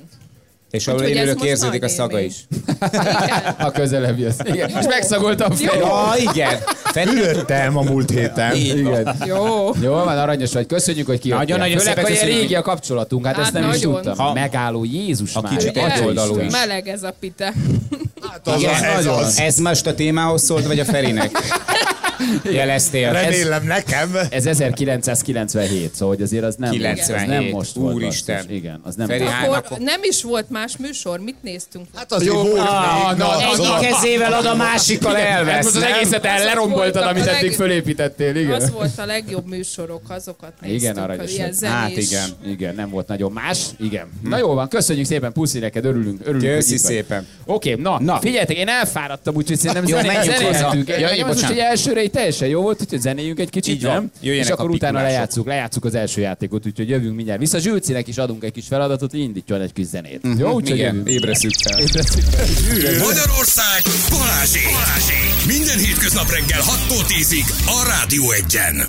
S4: És ahol
S7: Úgyhogy ez
S4: élők
S7: most
S4: érződik a
S7: nagy
S4: szaga
S7: élmény.
S4: is.
S7: Igen.
S2: Ha közelebb jössz. Igen. És megszagoltam fel.
S4: Ja, igen. Feri-
S3: Ülöttem a múlt héten.
S4: Így van.
S2: Igen.
S7: Jó.
S2: Jó van, aranyos vagy. Köszönjük, hogy kijöttél.
S4: Nagyon-nagyon
S2: Főleg,
S4: szépen
S2: hogy ilyen
S4: köszönjük.
S2: régi a kapcsolatunk, hát,
S7: Hát
S2: ezt nem is
S7: nagyon.
S2: tudtam.
S4: Ha-
S2: Megálló Jézus már.
S4: kicsit
S7: Meleg-
S4: egyoldalú is.
S7: Meleg ez a pite.
S3: Az
S4: Igen,
S3: az, ez
S4: nagyon.
S3: az.
S4: Ez most a témához szólt, vagy a Ferinek? Jeleztél. Ez
S3: Remélem nekem.
S2: Ez 1997, szóval hogy azért az nem, Az
S4: 97.
S2: nem most volt.
S4: Úristen.
S2: basszus. Igen, az nem
S4: Feri,
S2: most.
S4: hát-
S7: Akkor nem is volt más műsor, mit néztünk?
S3: Hát az jó. Volt
S2: Ah,
S3: még,
S2: na,
S3: na, az
S4: egyik
S3: a-
S4: kezével ad a másikkal
S2: Hát
S4: elvesz,
S2: most az
S4: nem?
S2: egészet el leromboltad,
S7: voltak
S2: amit
S7: a leg-
S2: eddig fölépítettél, igen.
S7: Az volt a legjobb műsorok, azokat néztünk.
S2: Igen,
S7: hogy
S2: aranyos.
S7: Ilyen
S2: vagy.
S7: zenés.
S2: hát igen, igen, nem volt nagyon más. Igen. Na jó van, köszönjük szépen, puszi neked, örülünk. örülünk hogy
S4: Köszi
S2: itt vagy.
S4: szépen.
S2: Oké, na, na,
S4: Na.
S2: figyeljetek, én elfáradtam, úgyhogy szerintem
S4: Jó,
S2: zené-
S4: menjünk hozzá.
S2: zenélhetünk.
S4: Ja,
S2: Ja,
S4: igen,
S2: most
S4: bocsánat.
S2: egy elsőre itt teljesen jó volt, úgyhogy zenéljünk egy kicsit,
S4: Így van.
S2: nem?
S4: Jöjjenek
S2: És akkor
S4: a
S2: utána
S4: pikulások.
S2: lejátszuk, lejátszuk az első játékot, úgyhogy jövünk mindjárt vissza. Zsülcinek is adunk egy kis feladatot, hogy indítjon egy kis zenét. Jó, úgyhogy
S4: Mhm. Igen,
S2: jövünk.
S4: ébreszünk fel.
S1: Magyarország Balázsék! Balázsék! Minden hétköznap reggel 6-tól 10-ig a Rádió Egyen.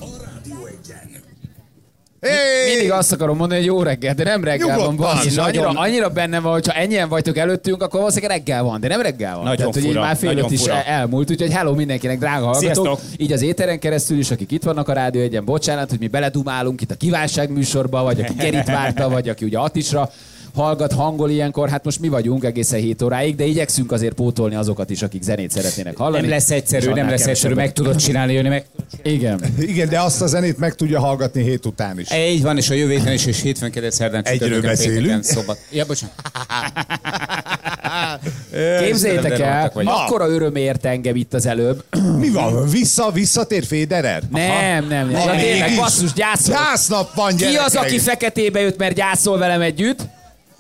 S2: Mindig azt akarom mondani, hogy jó reggel, de nem reggel van
S3: Nyugodtan,
S2: basszus. Annyira,
S3: nagyon.
S2: annyira benne van, hogyha ennyien vagytok előttünk, akkor valószínűleg reggel van, de nem reggel van.
S4: Nagyon
S2: Tehát, hogy így
S4: fura,
S2: már fél
S4: nagyon
S2: öt is
S4: fura.
S2: el- elmúlt, úgyhogy hello mindenkinek, drága hallgatók.
S4: Sziasztok.
S2: Így az éteren keresztül is, akik itt vannak a rádió egyen, bocsánat, hogy mi beledumálunk itt a kívánság műsorba, vagy aki Gerit várta, vagy aki ugye Atisra hallgat, hangol ilyenkor, hát most mi vagyunk egészen 7 óráig, de igyekszünk azért pótolni azokat is, akik zenét szeretnének hallani.
S4: Nem lesz
S2: És
S4: egyszerű, nem
S2: annál
S4: lesz egyszerű,
S2: kevesebbet.
S4: meg tudod csinálni, jönni meg.
S2: Igen.
S3: Igen, de azt a zenét meg tudja hallgatni hét után is.
S4: Így van, és a jövő héten is, és hétfőn, kedden, szerdán,
S3: Egyről
S4: csütörtökön,
S3: beszélünk.
S4: pénteken, Szobat. Ja, bocsánat.
S2: Képzeljétek
S4: de
S2: el,
S4: voltak vagyunk.
S2: akkora öröm ért engem itt az előbb,
S3: Mi van? Vissza, visszatér Féderer?
S2: Nem, nem, nem.
S3: Na,
S2: Na, tényleg,
S3: mégis.
S2: basszus, gyászol.
S3: Gyásznap van,
S2: Ki
S3: gyerekek!
S2: az, aki feketébe jött, mert gyászol velem együtt?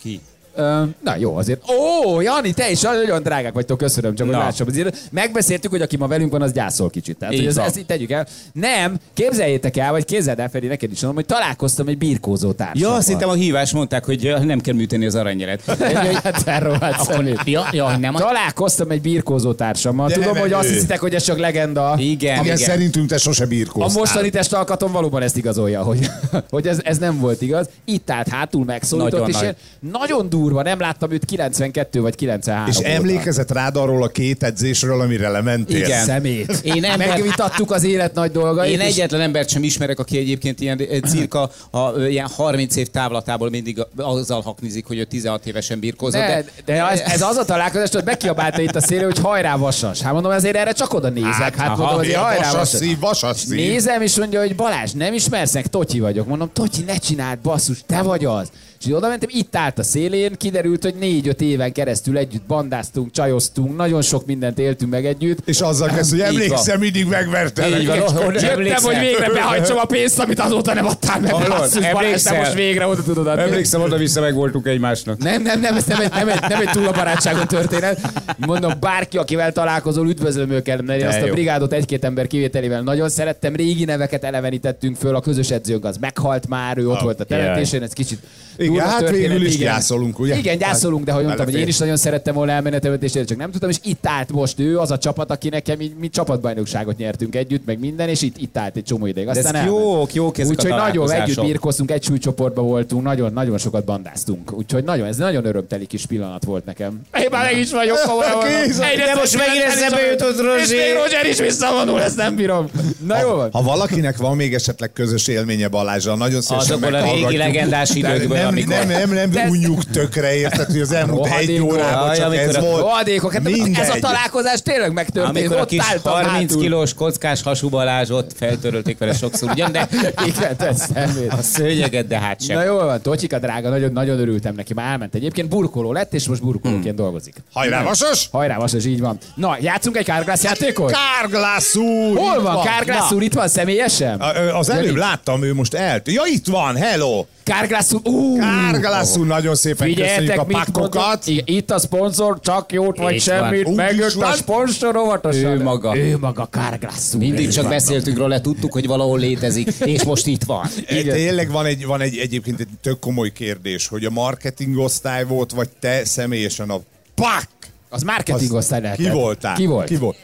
S4: Ki?
S2: Ö, Na jó, azért. Ó, Jani, te is nagyon drágák vagytok, köszönöm, csak hogy
S4: Na.
S2: lássam. Azért megbeszéltük, hogy aki ma velünk van, az gyászol kicsit. Tehát,
S4: Így
S2: hogy ezt,
S4: van.
S2: ezt így tegyük el. Nem, képzeljétek el, vagy képzeld el, Feri, neked is mondom, hogy találkoztam egy birkózó
S4: Ja,
S2: társammal.
S4: azt hittem a hívás mondták, hogy ja, nem kell műteni az aranyelet.
S2: *laughs* Hát,
S4: Hát,
S2: Te rohadt szemét.
S8: Ja, ja, nem a...
S2: Találkoztam egy birkózó társammal.
S3: De
S2: Tudom,
S3: nem
S2: hogy azt
S3: ő.
S2: hiszitek, hogy ez csak legenda.
S4: Igen,
S3: Amilyen
S4: igen.
S3: szerintünk te sose
S2: A
S3: birkóztál.
S2: mostani testalkatom valóban ezt igazolja, hogy, *laughs* hogy ez, ez nem volt igaz. Itt állt hátul megszólított,
S4: Nagyon
S2: és
S4: nagy.
S2: én nagyon durva, nem láttam őt 92 vagy 93
S3: És
S2: óta.
S3: emlékezett rád arról a két edzésről, amire lementél?
S2: Igen. Szemét. Én ember... Megvitattuk az élet nagy dolgait.
S4: Én
S2: és-
S4: egyetlen embert sem ismerek, aki egyébként ilyen ö, cirka a, ö, ilyen 30 év távlatából mindig a- azzal haknizik, hogy ő 16 évesen birkózott.
S2: De, de ez, ez az a találkozás, hogy megkiabálta itt a szélre, hogy hajrá vasas. Hát mondom, azért erre csak oda nézek. Hát
S4: aha.
S2: mondom, azért hajrá vasas.
S3: Vasasszív, vasasszív.
S2: Nézem, és mondja, hogy Balázs, nem ismerszek, Totyi vagyok. Mondom, Totyi, ne csináld, basszus, te vagy az. És így oda mentem, itt állt a szélén, kiderült, hogy négy-öt éven keresztül együtt bandáztunk, csajoztunk, nagyon sok mindent éltünk meg együtt.
S3: És azzal kezd, hogy
S4: Így van.
S3: emlékszem, mindig megvertelek.
S4: Így van,
S3: Csak-
S4: ahogy
S2: Jöttem, hogy végre behajtsam a pénzt, amit azóta nem adtál meg.
S4: Hallod?
S2: Basszus, Balázs, te
S4: Emlékszel?
S2: most végre oda tudod adni.
S4: oda-vissza meg voltunk egymásnak.
S2: Nem, nem, nem, ez nem egy, nem egy, nem egy túl a barátságon történet. Mondom, bárki, akivel találkozol, üdvözlöm őket, mert én
S4: De
S2: azt a
S4: jó.
S2: brigádot egy-két ember kivételével nagyon szerettem. Régi neveket elevenítettünk föl, a közös edzőnk az meghalt már,
S4: Ah,
S2: ő ott volt a temetésen, ez kicsit
S3: Igen,
S2: durva
S3: hát
S2: történet,
S3: végül is
S2: igen.
S3: gyászolunk, ugye? Hát,
S2: Igen, gyászolunk, de hogy mondtam, hogy
S3: belefér.
S2: én is nagyon szerettem volna elmenni a temetésére, csak nem tudtam, és itt állt most ő, az a csapat, aki nekem így, mi csapatbajnokságot nyertünk együtt, meg minden, és itt, itt állt egy csomó ideig.
S4: De
S2: Aztán
S4: ezek
S2: elment.
S4: jók, jók ezek
S2: Úgyhogy
S4: a
S2: nagyon együtt
S4: találkozások.
S2: birkoztunk, egy súlycsoportban voltunk, nagyon, nagyon sokat bandáztunk. Úgyhogy nagyon, ez nagyon örömteli kis pillanat volt nekem. Én már meg is vagyok, *laughs* komolyan mondom.
S3: Kész.
S2: Egyre
S8: De most megint
S2: szívesen
S8: eszembe
S2: is-
S8: jutott,
S2: És
S8: Rozsi.
S2: még Roger is visszavonul, ezt nem bírom. Na jó van.
S3: Ha valakinek van még esetleg közös élménye Balázsral, nagyon szívesen
S4: Azokból a régi
S3: meghallgatjuk.
S4: legendás
S3: De
S4: időkből,
S3: nem,
S4: amikor...
S3: nem, nem, nem,
S2: De-
S3: unjuk tökre, érted, hogy az elmúlt egy
S2: Rohadékok.
S3: órában
S4: Jaj,
S3: csak
S4: amikor
S3: ez
S4: a-
S3: volt.
S2: Rohadékok, hát ez a
S3: Mindegy.
S2: találkozás tényleg megtörtént.
S4: Amikor a
S2: Ott
S4: kis
S2: álltam
S4: 30
S2: hátul.
S4: kilós kockás hasú Balázs ott feltörölték vele sokszor,
S2: *laughs*
S4: ugyan, de
S2: Igen, tesz szemét.
S4: a szőnyeget, de hát
S2: Na
S4: sem.
S2: jól van, Tocsika drága, nagyon, nagyon örültem neki, már elment egyébként, burkoló lett, és most
S3: Hmm.
S2: burkolóként dolgozik.
S3: Hajrá, vasas!
S2: Hajrá, vasas, így van. Na, játszunk egy kárgrász játékot?
S3: Kárglász úr!
S2: Hol
S3: itt
S2: van? Kárgrász
S3: Na.
S2: úr itt van személyesen?
S3: A- ö, Az előbb láttam, ő most elt. Ja, itt van, hello!
S2: Kárgrász úr, ú,
S3: Kárglász úr, nagyon szépen köszönjük
S2: figyeljetek,
S3: a
S2: mit
S3: pakkokat.
S2: mondott. Igen, Itt a szponzor, csak jót vagy
S4: Itt van.
S2: semmit,
S3: Úgy is
S2: megjött
S3: van.
S2: a szponzor óvatosan.
S4: Ő maga.
S2: Ő maga, Kárgrász úr.
S8: Mindig csak beszéltünk róla, tudtuk, hogy valahol létezik, és most itt van.
S2: Igen.
S3: Tényleg van egy, van egy egyébként egy tök komoly kérdés, hogy a marketing osztály volt, vagy te személyesen a pak?
S2: Az marketing osztály lehetett.
S3: Ki voltál?
S2: Ki volt?
S3: Ki volt?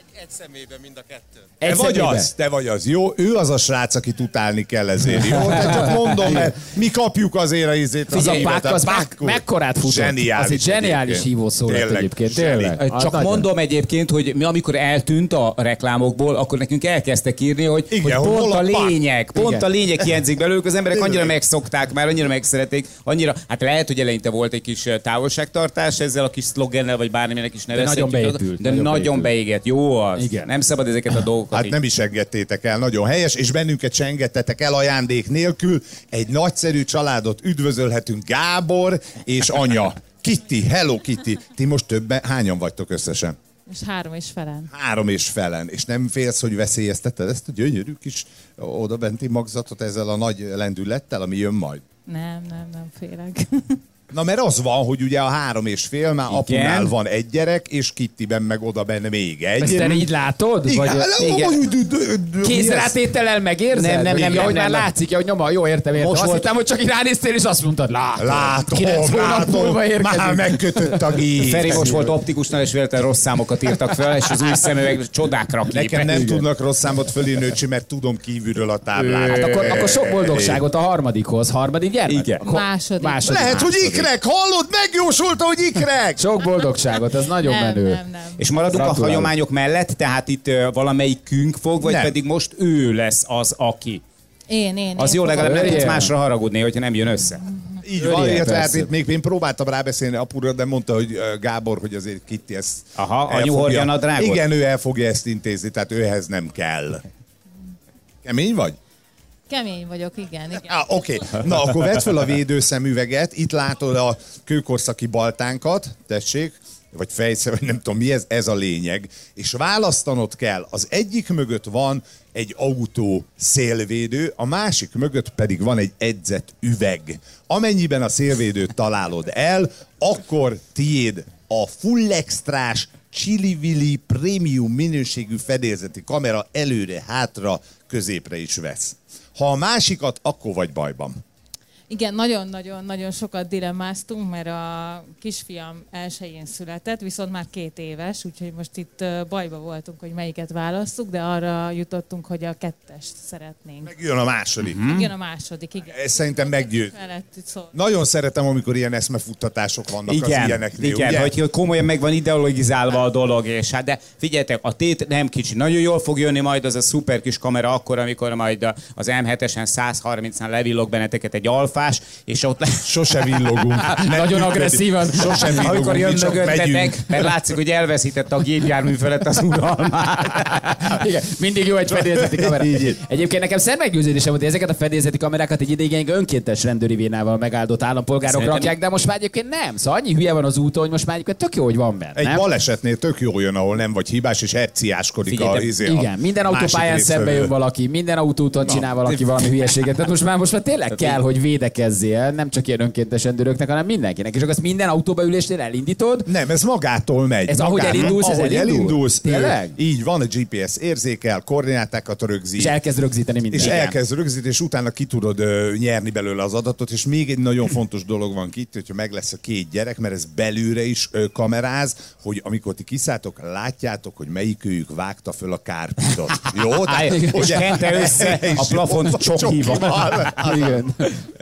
S2: Egy
S3: Te vagy
S2: személyben.
S3: az, te vagy az, jó? Ő az a srác, akit utálni kell ezért, jó? Te
S2: *laughs*
S3: csak mondom, mert mi kapjuk azért a izét.
S2: Az a
S3: hívet,
S2: pák, az
S3: Pák
S2: meg,
S3: úr.
S2: mekkorát futott.
S3: Zseniális
S2: az egy zseniális
S3: egyébként.
S2: hívó szó lett
S3: Tényleg,
S2: egyébként.
S3: zseni.
S2: Tényleg.
S4: Ö,
S2: Az
S4: Csak
S2: nagyon-
S4: mondom egyébként, hogy mi amikor eltűnt a reklámokból, akkor nekünk elkezdtek írni, hogy,
S3: Igen,
S4: hogy
S3: hogy hol
S4: pont
S3: a
S4: a
S3: pak?
S4: lényeg, pont
S2: Igen.
S4: a lényeg hiányzik belőlük, az emberek annyira
S3: Tényleg.
S4: megszokták már, annyira megszereték, annyira, hát lehet, hogy eleinte volt egy kis eh, távolságtartás ezzel a kis szlogennel, vagy bármilyenek is nevezhetjük.
S2: nagyon beépült,
S4: De
S2: nagyon
S4: nagyon,
S2: beépült.
S4: nagyon beégett. Jó az.
S2: Igen.
S4: Igen. Nem szabad ezeket a dolgokat
S3: Hát
S4: így-
S3: nem is engedtétek el, nagyon helyes, és bennünket se engedtetek el ajándék nélkül. Egy nagyszerű családot üdvözölhetünk, Gábor és anya. Kitty, hello Kitty. Ti most többen, hányan vagytok összesen?
S5: És három és felen.
S3: Három és felen. És nem félsz, hogy veszélyezteted ezt a gyönyörű kis odabenti magzatot ezzel a nagy lendülettel, ami jön majd?
S5: Nem, nem, nem félek.
S3: Na mert az van, hogy ugye a három és fél már
S4: Igen.
S3: apunál van egy gyerek, és Kittiben meg oda benne még egy.
S2: Ezt te így látod?
S3: Igen,
S2: Vagy-
S3: igen.
S2: Kézrátétellel megérzed?
S4: Nem, nem,
S2: Még,
S4: nem,
S2: ja,
S4: nem,
S2: hogy
S4: nem,
S2: már
S4: nem.
S2: látszik, ja, hogy nyoma, jó, értem, értem.
S3: Most
S2: azt
S3: volt-
S2: hittem, hogy csak így ránéztél, és azt mondtad, látom. Kilenc
S3: Látom,
S2: hónap
S3: látom,
S2: múlva érkezik.
S3: már megkötött a gép.
S4: Feri most volt optikusnál, és véletlenül rossz számokat írtak fel, és az új szemüveg csodákra képes.
S3: Nekem nem tudnak rossz számot fölírni, öcsi, mert tudom kívülről a táblát.
S2: Hát akkor, akkor sok boldogságot a harmadikhoz. Harmadik gyermek?
S4: Igen.
S2: Akkor-
S5: Második.
S2: második.
S3: Lehet, Hát, hogy ikrek, hallod? Megjósolta, hogy ikrek!
S2: Sok boldogságot, ez nagyon
S5: nem,
S2: menő.
S5: nem, nem.
S4: És maradunk a
S2: Gratulálok.
S4: hagyományok mellett, tehát itt ö, valamelyikünk fog, vagy
S3: Nem.
S4: nem. pedig most ő lesz az, aki.
S5: Én, én.
S4: Az
S5: én
S4: jó,
S5: fogom.
S4: legalább nem
S2: Örülj.
S4: tudsz másra haragudni, hogyha nem jön össze.
S3: Így
S2: Örülj,
S3: van, illetve hát
S2: persze.
S3: itt még én próbáltam rábeszélni apura, de mondta, hogy ö, Gábor, hogy azért Kitty ezt
S4: Aha, anyu
S3: elfogja.
S4: hordja a drágot?
S3: Igen, ő el fogja ezt intézni, tehát őhez nem kell. Kemény vagy?
S5: Kemény vagyok, igen, igen.
S3: Á, oké. Na, akkor vedd fel a védőszemüveget. Itt látod a kőkorszaki baltánkat. Tessék. vagy fejsze, vagy nem tudom mi ez, ez a lényeg. És választanod kell, az egyik mögött van egy autó szélvédő, a másik mögött pedig van egy edzett üveg. Amennyiben a szélvédőt találod el, akkor tiéd a full extrás Chili-Vili prémium minőségű fedélzeti kamera előre-hátra, középre is vesz. Ha a másikat, akkor vagy bajban.
S5: Igen, nagyon-nagyon-nagyon sokat dilemmáztunk, mert a kisfiam elsőjén született, viszont már két éves, úgyhogy most itt ö, bajba voltunk, hogy melyiket választjuk, de arra jutottunk, hogy a kettest szeretnénk.
S3: Megjön a második.
S2: Mhm.
S4: Mhm.
S3: Mm-hmm.
S5: Igen, a második, igen.
S3: Ez szerintem meggyőz.
S5: Felett szó.
S3: Nagyon szeretem, amikor ilyen eszmefuttatások vannak az
S4: Igen,
S3: ilyeneknél,
S4: igen
S3: ugye?
S4: hogy hogy komolyan meg van ideologizálva a dolog, és hát de figyeljetek, a tét nem kicsi. Nagyon jól fog jönni majd az a szuper kis kamera akkor, amikor majd a- az M7-esen 130-en levillog benneteket egy alfás, és ott lesz
S3: *laughs* Sose villogunk.
S2: Nagyon agresszívan.
S3: Sose villogunk,
S4: amikor jön
S3: mi csak megyünk.
S4: mögöttetek, mert látszik, hogy elveszítette a gépjármű felett az uralmát.
S3: *laughs*
S2: *laughs* Igen, mindig jó egy fedélzeti kamera.
S3: Így, így.
S2: Egyébként nekem szem meggyőződésem volt, hogy ezeket a fedélzeti kamerákat egy ideig önkéntes rendőri vénával megáldott állampolgárok
S4: Szerintem-
S2: rakják, de most már egyébként nem. Szóval annyi hülye van az úton, hogy most már egyébként tök jó, hogy van benne.
S3: *laughs* Egy
S2: nem?
S3: balesetnél tök jó jön, ahol nem vagy hibás, és herciáskodik a,
S4: Figyelj, de-
S3: izé, a
S2: Igen, minden
S3: másik
S2: autópályán szembe
S3: részvevő.
S2: jön valaki, minden autóton csinál valaki valami hülyeséget. Tehát most már, most már tényleg kell, hogy védekezzél, nem csak ilyen önkéntes rendőröknek, hanem mindenkinek. És akkor azt minden autóba ülésnél elindítod,
S3: Nem, ez magától megy.
S2: Ez ahogy
S3: Magától.
S2: elindulsz, ez
S3: ahogy
S2: elindul?
S3: elindulsz. ő-
S2: Tényleg?
S3: Így van, a GPS érzékel, koordinátákat rögzít.
S2: és elkezd rögzíteni
S3: és
S2: mindent.
S3: elkezd rögzíteni, és utána ki tudod ö, nyerni belőle az adatot, és még egy nagyon fontos dolog van itt, hogyha meg lesz a két gyerek, mert ez belőle is ö, kameráz, hogy amikor ti kiszálltok, látjátok, hogy melyikőjük vágta föl a
S2: *laughs*
S3: kárpitot. Jó? Tehát,
S2: és
S3: ugye- *laughs*
S4: kente össze a
S3: És
S4: plafont
S3: ott van
S4: csokival.
S3: csokival.
S2: Igen.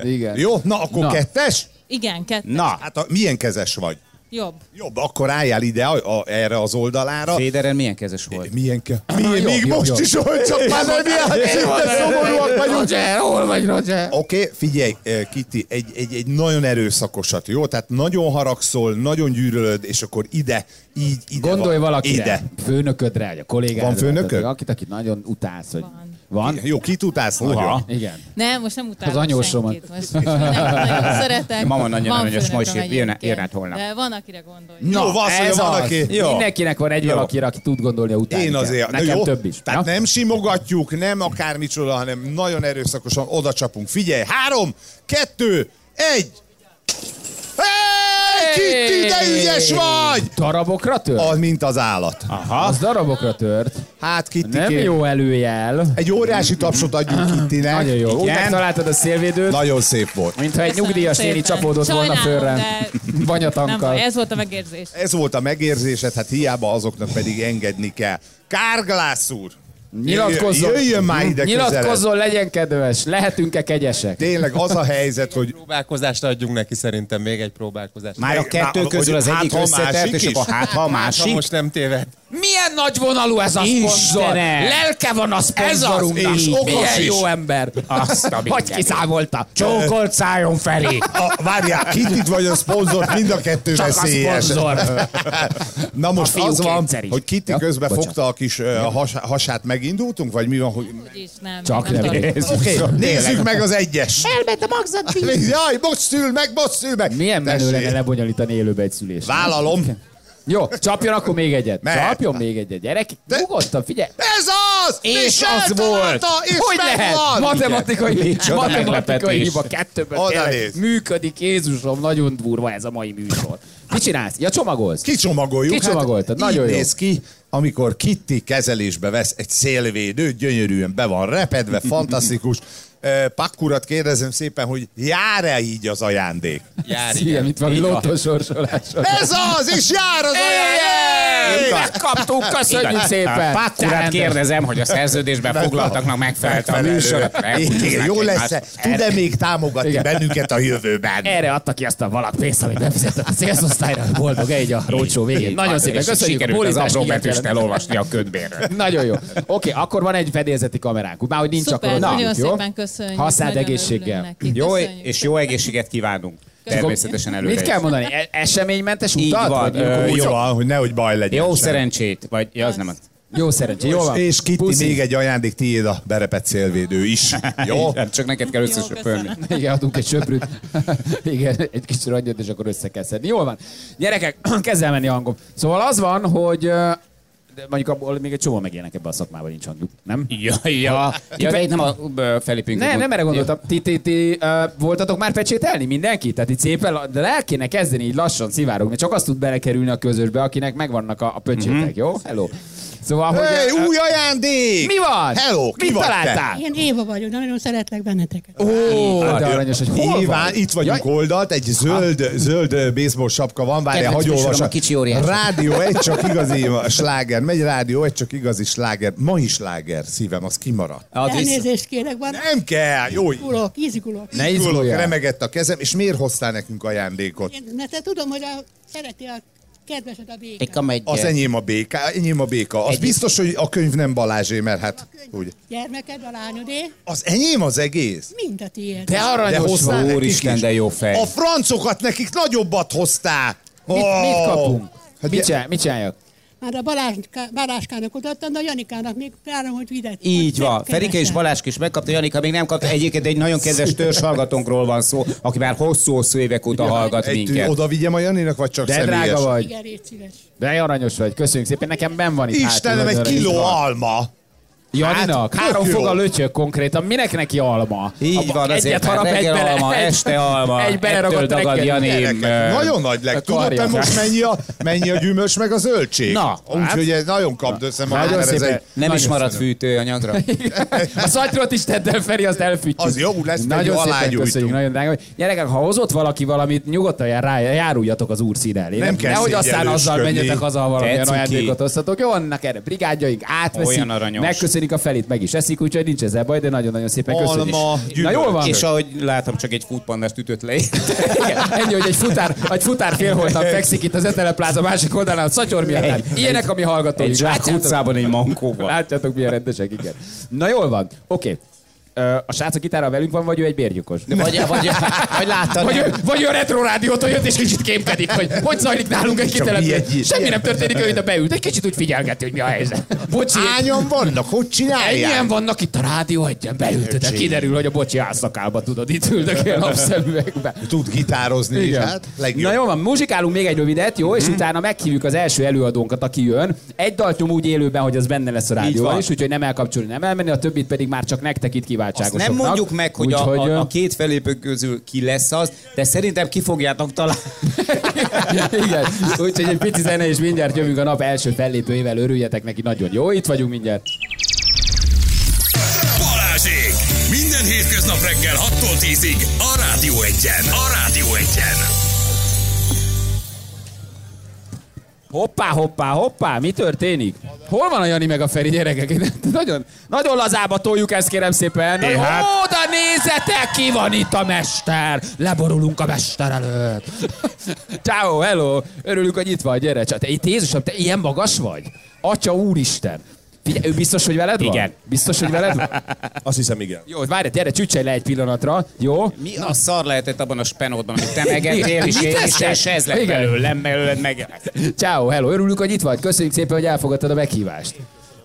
S2: Igen.
S3: Jó, na akkor
S2: Na.
S3: kettes?
S5: Igen, kettő.
S4: Na,
S3: Hát a, milyen kezes vagy?
S5: Jobb.
S3: Jobb, akkor álljál ide a, a, erre az oldalára.
S4: Féderen milyen kezes volt?
S3: Milyen ke... Milyen,
S2: jó,
S3: még
S2: jó,
S3: most
S2: jó.
S3: is
S2: *laughs*
S3: olcsóbb, már nem ilyen, szinte szomorúak vagyunk.
S2: Roger, hol vagy, Roger?
S3: Oké, okay, figyelj, eh, Kitty, egy, egy, egy nagyon erőszakosat, jó? Tehát nagyon haragszol, nagyon gyűlölöd, és akkor ide, így, ide
S2: Gondolj
S3: van.
S2: valakire,
S3: Ide.
S2: főnöködre, vagy a kollégádra.
S3: Van főnököd?
S2: Tehát, Akit, akit nagyon utálsz, hogy van. van?
S3: Jó, kit utálsz nagyon?
S2: Igen.
S5: Nem, most nem utálom
S2: Az anyósomat.
S5: senkit. Most, most nem nagyon szeretek.
S4: Mama nagyon
S5: Van
S4: aranyos,
S5: főnököm
S4: most jön- jön-
S5: egyébként.
S4: jön át holnap.
S5: De van, akire gondolj.
S3: Jó, valószínűleg
S2: ez
S3: van,
S2: az.
S3: aki-
S4: Jó.
S2: Szóval Mindenkinek van egy
S4: Jó.
S2: valakire, aki tud gondolni, hogy utálni
S3: Én
S2: kell.
S3: azért. Na
S2: Nekem
S3: jó?
S2: több is.
S3: Tehát
S2: Na?
S3: nem simogatjuk, nem akármicsoda, hanem nagyon erőszakosan oda csapunk. Figyelj, három, kettő, egy! Hey, Kitty, de ügyes vagy!
S2: Darabokra tört?
S3: A, mint az állat.
S2: Az darabokra tört.
S3: Hát, Kitty,
S2: Ah. Nem
S3: kérlek.
S2: jó előjel.
S3: Egy óriási tapsot adjunk Kittinek.
S2: Nagyon jó. Úgy
S3: Igen.
S2: megtaláltad a szélvédőt,
S3: Nagyon szép volt.
S2: mintha egy
S5: Köszönöm
S2: nyugdíjas
S5: szépen.
S2: néni csapódott volna
S5: Sajnálom,
S2: fölre.
S5: de- Nem,
S2: Banyatankkal.
S5: ez volt a megérzés.
S3: Ez volt a megérzésed, hát hiába azoknak pedig engedni kell. Kárglász úr!
S2: Nyilatkozzon.
S3: Jöjjön már ide közelebb.
S2: Nyilatkozzon, legyen kedves. Lehetünk-e kegyesek?
S3: Tényleg az a helyzet, hogy
S9: Próbálkozást adjunk neki szerintem, még egy próbálkozást.
S4: Már a
S3: Na,
S4: kettő
S3: hogy
S4: közül az
S3: hát,
S4: egyik
S3: ha a
S4: összetett,
S3: másik
S4: és
S3: is?
S4: akkor hát ha a
S9: Ha
S4: másik.
S9: most nem téved.
S2: Milyen nagy vonalú ez a szponzor?
S4: Istenem!
S2: Lelke van a szponzorunknak.
S3: és okos
S2: Milyen
S3: is.
S2: jó ember.
S4: Azt a
S2: Hogy
S4: mindenit.
S2: kiszámolta?
S4: Csókolt szájon felé.
S3: a, várjál, Kittit vagy a szponzort, mind a kettő
S2: Csak a
S3: veszélyes.
S2: szponzor.
S3: *laughs* Na most
S2: fiú
S3: az van,
S2: kétszer is.
S3: hogy Kitty
S2: Ja,
S3: közben
S2: bocsánat.
S3: fogta a kis ö, has, hasát, megindultunk, vagy mi van? Hogy...
S5: Úgyis nem.
S2: Csak
S5: nem
S2: nem
S5: tartottam.
S3: Oké, nézzük meg az egyes. Elment a magzat. Jaj, most szül meg, most szül meg.
S2: Milyen menő
S3: Tessék.
S2: lenne lebonyolítani élőbe egy szülést.
S3: Vállalom.
S2: Jó, csapjon akkor még egyet.
S3: Mehet.
S2: Csapjon még egyet, gyerek.
S3: De-
S2: Nyugodtan, figyelj.
S3: Ez az!
S2: És
S3: Michel
S2: az volt!
S3: találta, És
S2: hogy lehet?
S3: megvan!
S2: Matematikai, matematikai
S4: meglepetés.
S2: hiba kettőből
S3: Oda
S2: tényleg
S3: néz.
S2: működik. Jézusom, nagyon durva ez a mai műsor. Mit csinálsz? Ja, csomagolsz.
S3: Kicsomagoljuk.
S2: Kicsomagoltad,
S3: hát,
S2: nagyon
S3: így
S2: jó.
S3: néz ki, amikor Kitty kezelésbe vesz egy szélvédő, gyönyörűen be van
S2: *laughs*
S3: repedve, fantasztikus. Ö, Pakkurat kérdezem szépen, hogy jár-e így az ajándék?
S9: Jár,
S2: Igen, itt van lottósorsolás.
S3: Ez az, és jár az ajándék!
S2: Megkaptuk, köszönjük szépen.
S4: Pákurát kérdezem, hogy a szerződésben foglaltaknak megfelelt a műsor.
S3: Igen, Jó lesz Tud-e még támogatni
S2: Igen.
S3: bennünket a jövőben?
S2: Erre adta ki azt a valak pénzt, amit befizetett a szélszosztályra, hogy boldog egy a rócsó végén. Nagyon szépen köszönjük a
S4: Sikerült az
S2: bólitást,
S4: apró
S2: igen,
S4: betűst
S2: kellene.
S4: elolvasni a ködbérre.
S2: Nagyon jó. Oké, akkor van egy fedélzeti kameránk. Már hogy nincs,
S5: Szuper,
S2: akkor
S5: nagyon
S2: adjuk, jó?
S5: szépen köszönjük.
S2: Használd
S5: nagyon
S2: egészséggel.
S5: örülünk neki,
S4: *laughs* Jó,
S5: köszönjük.
S4: és jó egészséget kívánunk. Természetesen előre.
S2: Mit
S4: is.
S2: kell mondani? E- eseménymentes
S4: Így
S2: utat?
S4: van,
S2: Vagy-
S4: ö,
S3: Úgy
S4: jó.
S3: van, hogy nehogy baj legyen.
S4: Jó
S3: sem.
S4: szerencsét, vagy ja, az nem az.
S2: Jó szerencsé, jó van.
S3: És Kitty
S2: Puszi.
S3: még egy ajándék, tiéd a berepet
S2: *laughs*
S3: szélvédő is. Jó?
S4: Igen, Hát csak neked kell
S5: Jó,
S4: összesöpölni.
S5: köszönöm.
S2: Igen, adunk egy söprűt. *laughs* Igen, egy kis ragyot, és akkor össze kell szedni. Jól van. Gyerekek, *clears throat* kezd el menni a hangom. Szóval az van, hogy ö, de mondjuk abból még egy csomó megélnek ebbe a szakmába, nincs hangjuk, nem?
S4: Ja, ja. ja de itt nem a ö, felépünk.
S2: Nem, nem erre gondoltam. Ti, ti, ti ö, voltatok már pecsételni mindenki? Tehát itt szépen la- de el kéne kezdeni így lassan szivárogni. Csak azt tud belekerülni a közösbe, akinek megvannak a, a pöcsétek, jó? Hello. Szóval, hogy...
S3: Hey,
S2: ö,
S3: új ajándék!
S2: mi van?
S3: Hello, ki
S2: Mit
S3: vagy te?
S2: találtál?
S10: Én Éva vagyok, de nagyon szeretlek benneteket.
S2: Ó, de aranyos, hogy hol
S3: Nyilván
S2: vagy?
S3: itt vagyunk
S2: Jaj,
S3: oldalt, egy zöld, zöld ö, baseball sapka van, várjál,
S8: Kedvenc
S3: hagyj
S8: műsorom,
S3: olvasom.
S8: a kicsi óriás.
S3: Rádió egy csak igazi sláger, megy rádió egy csak igazi sláger, ma is sláger szívem, az kimaradt.
S8: Add vissza.
S10: Elnézést kérek, bár
S3: Nem kell, jó,
S10: izgulok, izgulok.
S2: Ne
S3: izgulok,
S2: izguljál.
S3: remegett a kezem, és miért hoztál nekünk ajándékot?
S10: Én, mert te tudom, hogy a, szereti a kedvesed a békát.
S8: Egy kamegy.
S3: Az enyém a béka, enyém a béka. Az
S8: Egy-
S3: biztos, hogy a könyv nem Balázsé, mert hát, úgy.
S10: Gyermeked, a lányodé,
S3: Az enyém az egész?
S10: mind a tiéd.
S2: Te aranyos
S3: hozzá
S2: vagy.
S3: nekik
S4: Úristen,
S3: is.
S4: de jó fej.
S3: A francokat nekik nagyobbat hoztál!
S2: Mit, mit kapunk?
S3: Hát
S2: Mit,
S3: je-
S2: csinál, mit csináljak?
S10: Már a Balázská, Balázskának odaadtam, de a Janikának még várom, hogy videt.
S4: Így van. Ferike és Balázs is megkapta, Janika még nem kapta. Egyébként egy nagyon kedves törzs hallgatónkról van szó, aki már hosszú-hosszú évek óta hallgat
S3: Egy,
S4: minket.
S3: oda vigyem a Janinak, vagy csak
S2: De
S3: személyes?
S2: drága vagy,
S10: Igen, légy szíves.
S2: de aranyos vagy, köszönjük szépen, nekem ben van itt
S3: Istenem,
S2: hátul,
S3: egy
S2: nagyon
S3: kiló
S2: aranyos vagy.
S3: alma!
S2: Janinak,
S3: Hát,
S2: három
S3: tök jó.
S2: fog a lötyök konkrétan, minek neki alma?
S4: Így van, azért
S2: Egyet
S4: már
S2: harap, egy
S4: reggel
S2: bele,
S4: alma,
S2: egy-
S4: este alma,
S2: egy beleragadt
S4: ettől dagad
S2: reggel.
S4: Janém.
S3: Gyerekek, nagyon nagy
S2: a
S3: leg. Tudod te
S2: karja.
S3: most mennyi a, mennyi a gyümölcs meg a zöldség?
S2: Na, hát.
S3: Úgyhogy ez nagyon kapd össze magad,
S2: Nagyon
S3: mert ez
S2: szépen.
S3: egy...
S4: Nem is
S2: Nagyon
S4: maradt fűtőanyagra.
S2: A szatyrot is tedd el, Feri, azt elfűtjük.
S3: Az jó lesz,
S2: nagyon szépen
S3: egy alágyújtunk.
S2: köszönjük, nagyon drága. vagy. Gyerekek, ha hozott valaki valamit, nyugodtan jár, rá, járuljatok az úr szín elé.
S3: Nem kell
S2: Nehogy aztán azzal
S3: szégyenlősködni.
S2: menjetek haza, ha valamilyen
S4: Tetszik
S2: ajándékot
S4: ki.
S2: hoztatok. Jó, annak erre brigádjaink átveszik,
S4: Olyan aranyos.
S2: megköszönik a felét, meg is eszik, úgyhogy nincs ezzel baj, de nagyon-nagyon szépen köszönjük.
S3: Alma,
S2: Na
S3: gyümölcs.
S2: jól van.
S4: És ahogy látom, csak egy futpandást ütött *laughs* le.
S2: Igen, ennyi, hogy egy futár, egy futár félholtan fekszik itt az Etelepláza másik oldalán, a szatyor miatt. Ilyenek, ami hallgatói.
S4: Egy zsák
S2: Látjátok?
S4: utcában, egy mankóban.
S2: Látjátok, milyen rendesek, igen. Na jól van, oké. Ö, A srác a gitára velünk van, vagy ő egy bérgyilkos?
S8: Vagy, vagy, vagy láttad.
S2: Vagy ő, vagy ő a retro rádiótól jött, és kicsit kémkedik, hogy hogy zajlik nálunk egy
S3: milyen
S2: kitelepülés.
S3: gyil-
S2: Semmi nem történik, ő ide beült, egy kicsit úgy figyelgeti, hogy mi a helyzet. Bocsi,
S3: Hányan vannak? Hogy
S2: ennyien
S3: csinálják?
S2: vannak itt a rádió, egyen beült, de kiderül, hogy a bocsi álszakába tudod, itt ülnek ilyen napszemüvegben.
S3: Tud gitározni is, hát
S2: Na
S3: legjobb.
S2: jó van, muzsikálunk még egy rövidet, jó?
S4: Mhm.
S2: És utána meghívjuk az első előadónkat, aki jön. Egy dalt nyom úgy élőben, hogy az benne lesz a rádióban
S4: van.
S2: is, úgyhogy nem elkapcsolni, nem elmenni, a többit pedig már csak nektek itt
S4: Azt
S2: kiváltságosoknak.
S4: nem mondjuk meg, hogy, a,
S2: Úgyhogy,
S4: a, a
S2: ö,
S4: két felépő közül ki lesz az, de szerintem ki fogjátok találni.
S2: *laughs* Igen, úgyhogy egy pici zene, és mindjárt jövünk a nap első fellépőjével, örüljetek neki nagyon jó, itt vagyunk mindjárt.
S1: Balázsék! Minden hétköznap reggel 6-tól 10-ig a Rádió 1-en. A Rádió 1-en.
S2: Hoppá, hoppá, hoppá, mi történik? Hol van a Jani meg a Feri gyerekek? Nagyon, nagyon lazába toljuk ezt, kérem szépen. Nagyon,
S4: hát-
S2: Oda nézzetek, ki van itt a mester! Leborulunk a mester előtt. *laughs* Ciao, hello, örülünk, hogy itt vagy, gyere. Csak te, itt Jézusom, te ilyen magas vagy? Atya úristen. Figyelj, ő biztos, hogy veled van?
S4: Igen.
S2: Biztos, hogy veled
S4: *laughs*
S2: van?
S9: Azt hiszem, igen.
S2: Jó, várj, gyere, csücselj le egy pillanatra, jó?
S4: *laughs* Mi a szar lehetett abban a spenódban, amit te megettél, *laughs* és,
S2: Mit
S4: és,
S2: teszek?
S4: és ez lett
S2: Igen.
S4: belőlem, belőled meg.
S2: Ciao, hello, örülünk, hogy itt vagy. Köszönjük szépen, hogy elfogadtad a meghívást.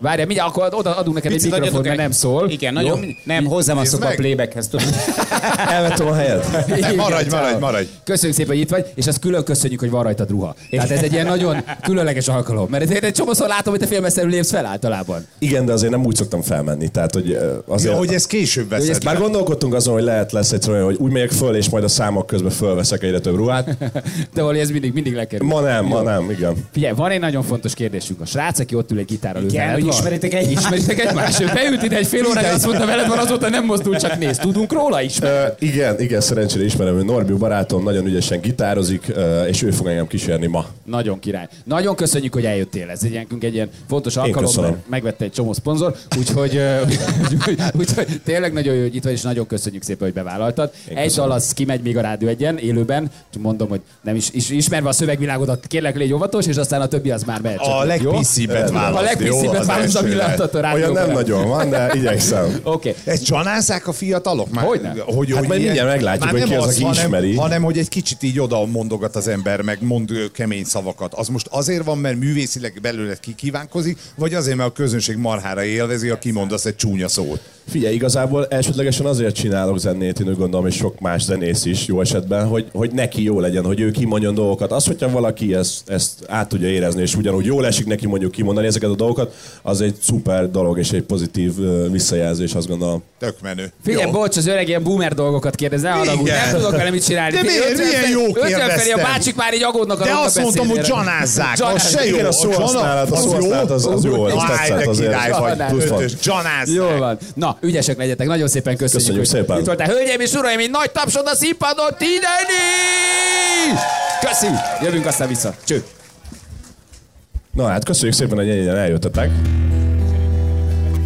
S2: Várjál, mindjárt akkor oda adunk neked egy
S4: Picit
S2: mikrofon,
S4: adjatok
S2: mert
S4: egy-
S2: nem szól.
S4: Igen,
S2: Jó?
S4: nagyon. Nem, hozzám azt a
S3: meg.
S4: plébekhez, tudod. *laughs*
S9: Elvettem a helyet.
S2: Igen,
S3: Maradj,
S2: ciao.
S3: maradj, maradj.
S2: Köszönjük szépen, hogy itt vagy, és azt külön köszönjük, hogy van rajtad ruha. Tehát ez egy ilyen nagyon különleges alkalom, mert ezért egy csomószor látom, hogy te félmesszerű lépsz fel általában.
S9: Igen, de azért nem úgy szoktam felmenni. Tehát, hogy ö, azért...
S3: Ja, Szóval, hogy ez később veszed.
S9: Már gondolkodtunk azon, hogy lehet lesz egyszer olyan, hogy úgy megyek föl, és majd a számok közben fölveszek egyre több ruhát.
S2: De valami ez mindig, mindig lekerül.
S9: Ma nem, ma nem, igen.
S2: Figyelj, van egy nagyon fontos kérdésünk. A srác, aki ott ül egy gitárral, ő veled
S4: hogy
S2: van?
S4: ismeritek egy-
S2: Ismeritek egymást? Ő beült ide egy fél órája, azt mondta, veled van, azóta nem mozdul, csak néz. Tudunk róla is?
S9: Ö, igen, igen, szerencsére ismerem, hogy Norbi barátom nagyon ügyesen gitározik, ö, és ő fog engem kísérni ma.
S2: Nagyon király. Nagyon köszönjük, hogy eljöttél. Ez egy ilyen, egy ilyen fontos alkalom,
S9: köszönöm.
S2: mert megvette egy csomó szponzor, úgyhogy, ö, *laughs* úgyhogy, úgyhogy tényleg nagyon jó, hogy itt vagy, és nagyon köszönjük szépen, hogy bevállaltad. egy dal az kimegy még a rádió egyen, élőben, csak mondom, hogy nem is, is ismerve a szövegvilágodat, kérlek légy óvatos, és aztán a többi az már mehet.
S3: A
S2: csak, jó?
S3: legpiszibbet
S2: A
S3: választ. jó?
S2: legpiszibbet
S3: Az
S2: Nálunk a villantató rádió.
S9: Olyan nem nagyon van, de igyekszem.
S2: Oké.
S3: Ezt csanázzák a fiatalok? Már,
S2: Hogyne.
S3: Hogy,
S9: Hát
S3: hogy
S9: majd
S3: ilyen-
S9: mindjárt meglátjuk,
S3: Már
S9: hogy
S3: nem
S9: ki az, aki
S3: hanem,
S9: ismeri.
S3: Hanem, hogy egy kicsit így oda mondogat az ember, meg mond ö, kemény szavakat. Az most azért van, mert művészileg belőled kikívánkozik, vagy azért, mert a közönség marhára élvezi, ha kimondasz egy csúnya szót.
S9: *laughs* Figyelj, igazából elsődlegesen azért csinálok zenét, én úgy gondolom, és sok más zenész is jó esetben, hogy, hogy neki jó legyen, hogy ő kimondjon dolgokat. Az, hogyha valaki ezt, ezt át tudja érezni, és ugyanúgy jól esik neki mondjuk kimondani ezeket a dolgokat, az egy szuper dolog, és egy pozitív ö, visszajelzés, azt gondolom.
S3: Tök menő.
S2: Figyelj,
S3: Jó.
S2: bocs, az öreg ilyen boomer dolgokat kérdez, ne haragudj,
S3: Igen.
S2: nem tudok vele mit csinálni.
S3: De
S2: Figyelj,
S3: miért?
S2: ötven
S3: Milyen
S2: felé-
S3: jó
S2: ötven felé
S3: kérdeztem.
S2: a bácsik már így agódnak a
S3: De
S2: rokba
S3: azt mondtam, hogy
S2: beszédére.
S3: csanázzák. Az se jó.
S9: Igen, a szó használat, a szó használat az, az jó, az
S3: Áj, de
S9: tetszett azért.
S3: király vagy.
S2: Csanázzák.
S3: Ötös, csanázzák.
S2: Jól van. Na, ügyesek legyetek. Nagyon szépen köszönjük,
S9: Köszönjük
S2: hogy
S9: szépen.
S2: Itt voltál. Hölgyeim és uraim, egy nagy tapsod a színpadon, ideni! Köszi! Jövünk aztán vissza. Cső!
S9: Na hát köszönjük szépen, hogy ennyien eljöttetek.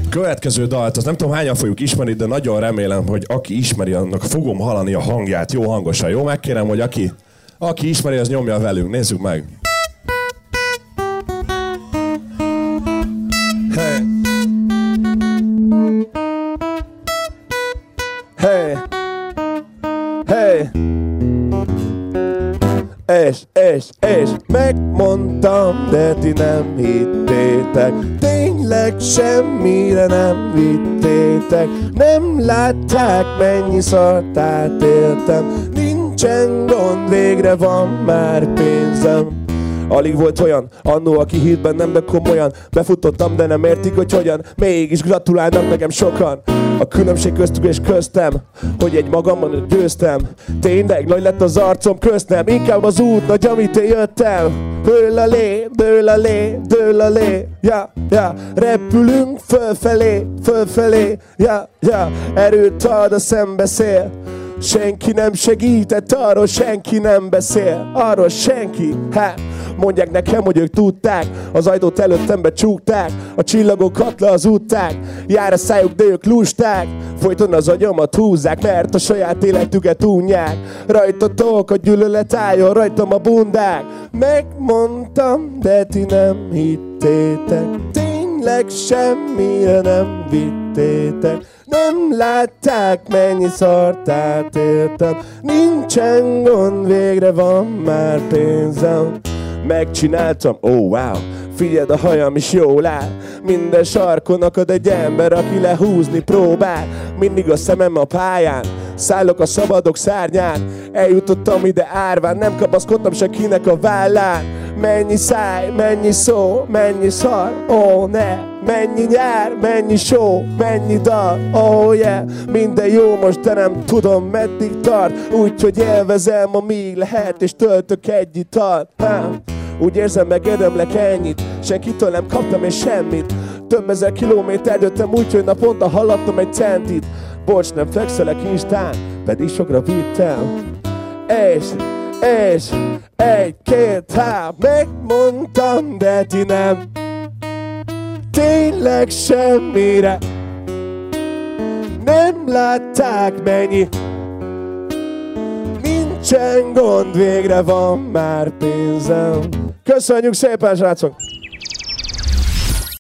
S9: Következő dalt, azt nem tudom hányan fogjuk ismerni, de nagyon remélem, hogy aki ismeri, annak fogom hallani a hangját jó hangosan. Jó, megkérem, hogy aki, aki ismeri, az nyomja velünk. Nézzük meg. Hey. Hey. Hey. És, és, és megmondtam, de ti nem hittétek Tényleg semmire nem vittétek Nem látták, mennyi szart átéltem Nincsen gond, végre van már pénzem Alig volt olyan, annó aki hitt bennem, de komolyan Befutottam, de nem értik, hogy hogyan Mégis gratulálnak nekem sokan A különbség köztük és köztem Hogy egy magamban győztem Tényleg nagy lett az arcom köztem Inkább az út nagy, amit én jöttem Dől a lé, dől a lé, dől a lé Ja, ja, repülünk fölfelé, fölfelé Ja, ja, erőt ad a szembeszél Senki nem segített, arról senki nem beszél, arról senki, hát Mondják nekem, hogy ők tudták, az ajtót előttem becsukták, a csillagokat le az utták, jár a szájuk, de ők lusták, folyton az agyamat húzzák, mert a saját életüket unják, rajtatok a gyűlölet álljon, rajtam a bundák, megmondtam, de ti nem hittétek, tényleg semmire nem vittétek, nem látták, mennyi szart átéltem Nincsen gond, végre van már pénzem Megcsináltam, ó oh, wow Figyeld, a hajam is jól áll Minden sarkon akad egy ember, aki lehúzni próbál Mindig a szemem a pályán Szállok a szabadok szárnyán Eljutottam ide árván Nem kapaszkodtam senkinek a vállán Mennyi száj, mennyi szó, mennyi szar Ó oh, ne, Mennyi nyár, mennyi show, mennyi dal, oh yeah Minden jó most, de nem tudom meddig tart Úgyhogy élvezem, amíg lehet, és töltök egy italt ha. Úgy érzem, megérdemlek ennyit Senkitől nem kaptam én semmit Több ezer kilométer jöttem úgy, hogy naponta haladtam egy centit Bocs, nem fekszelek Instán, pedig sokra vittem és, és, egy, két, há, megmondtam, de ti nem tényleg semmire Nem látták mennyi Nincsen gond, végre van már pénzem Köszönjük szépen, srácok!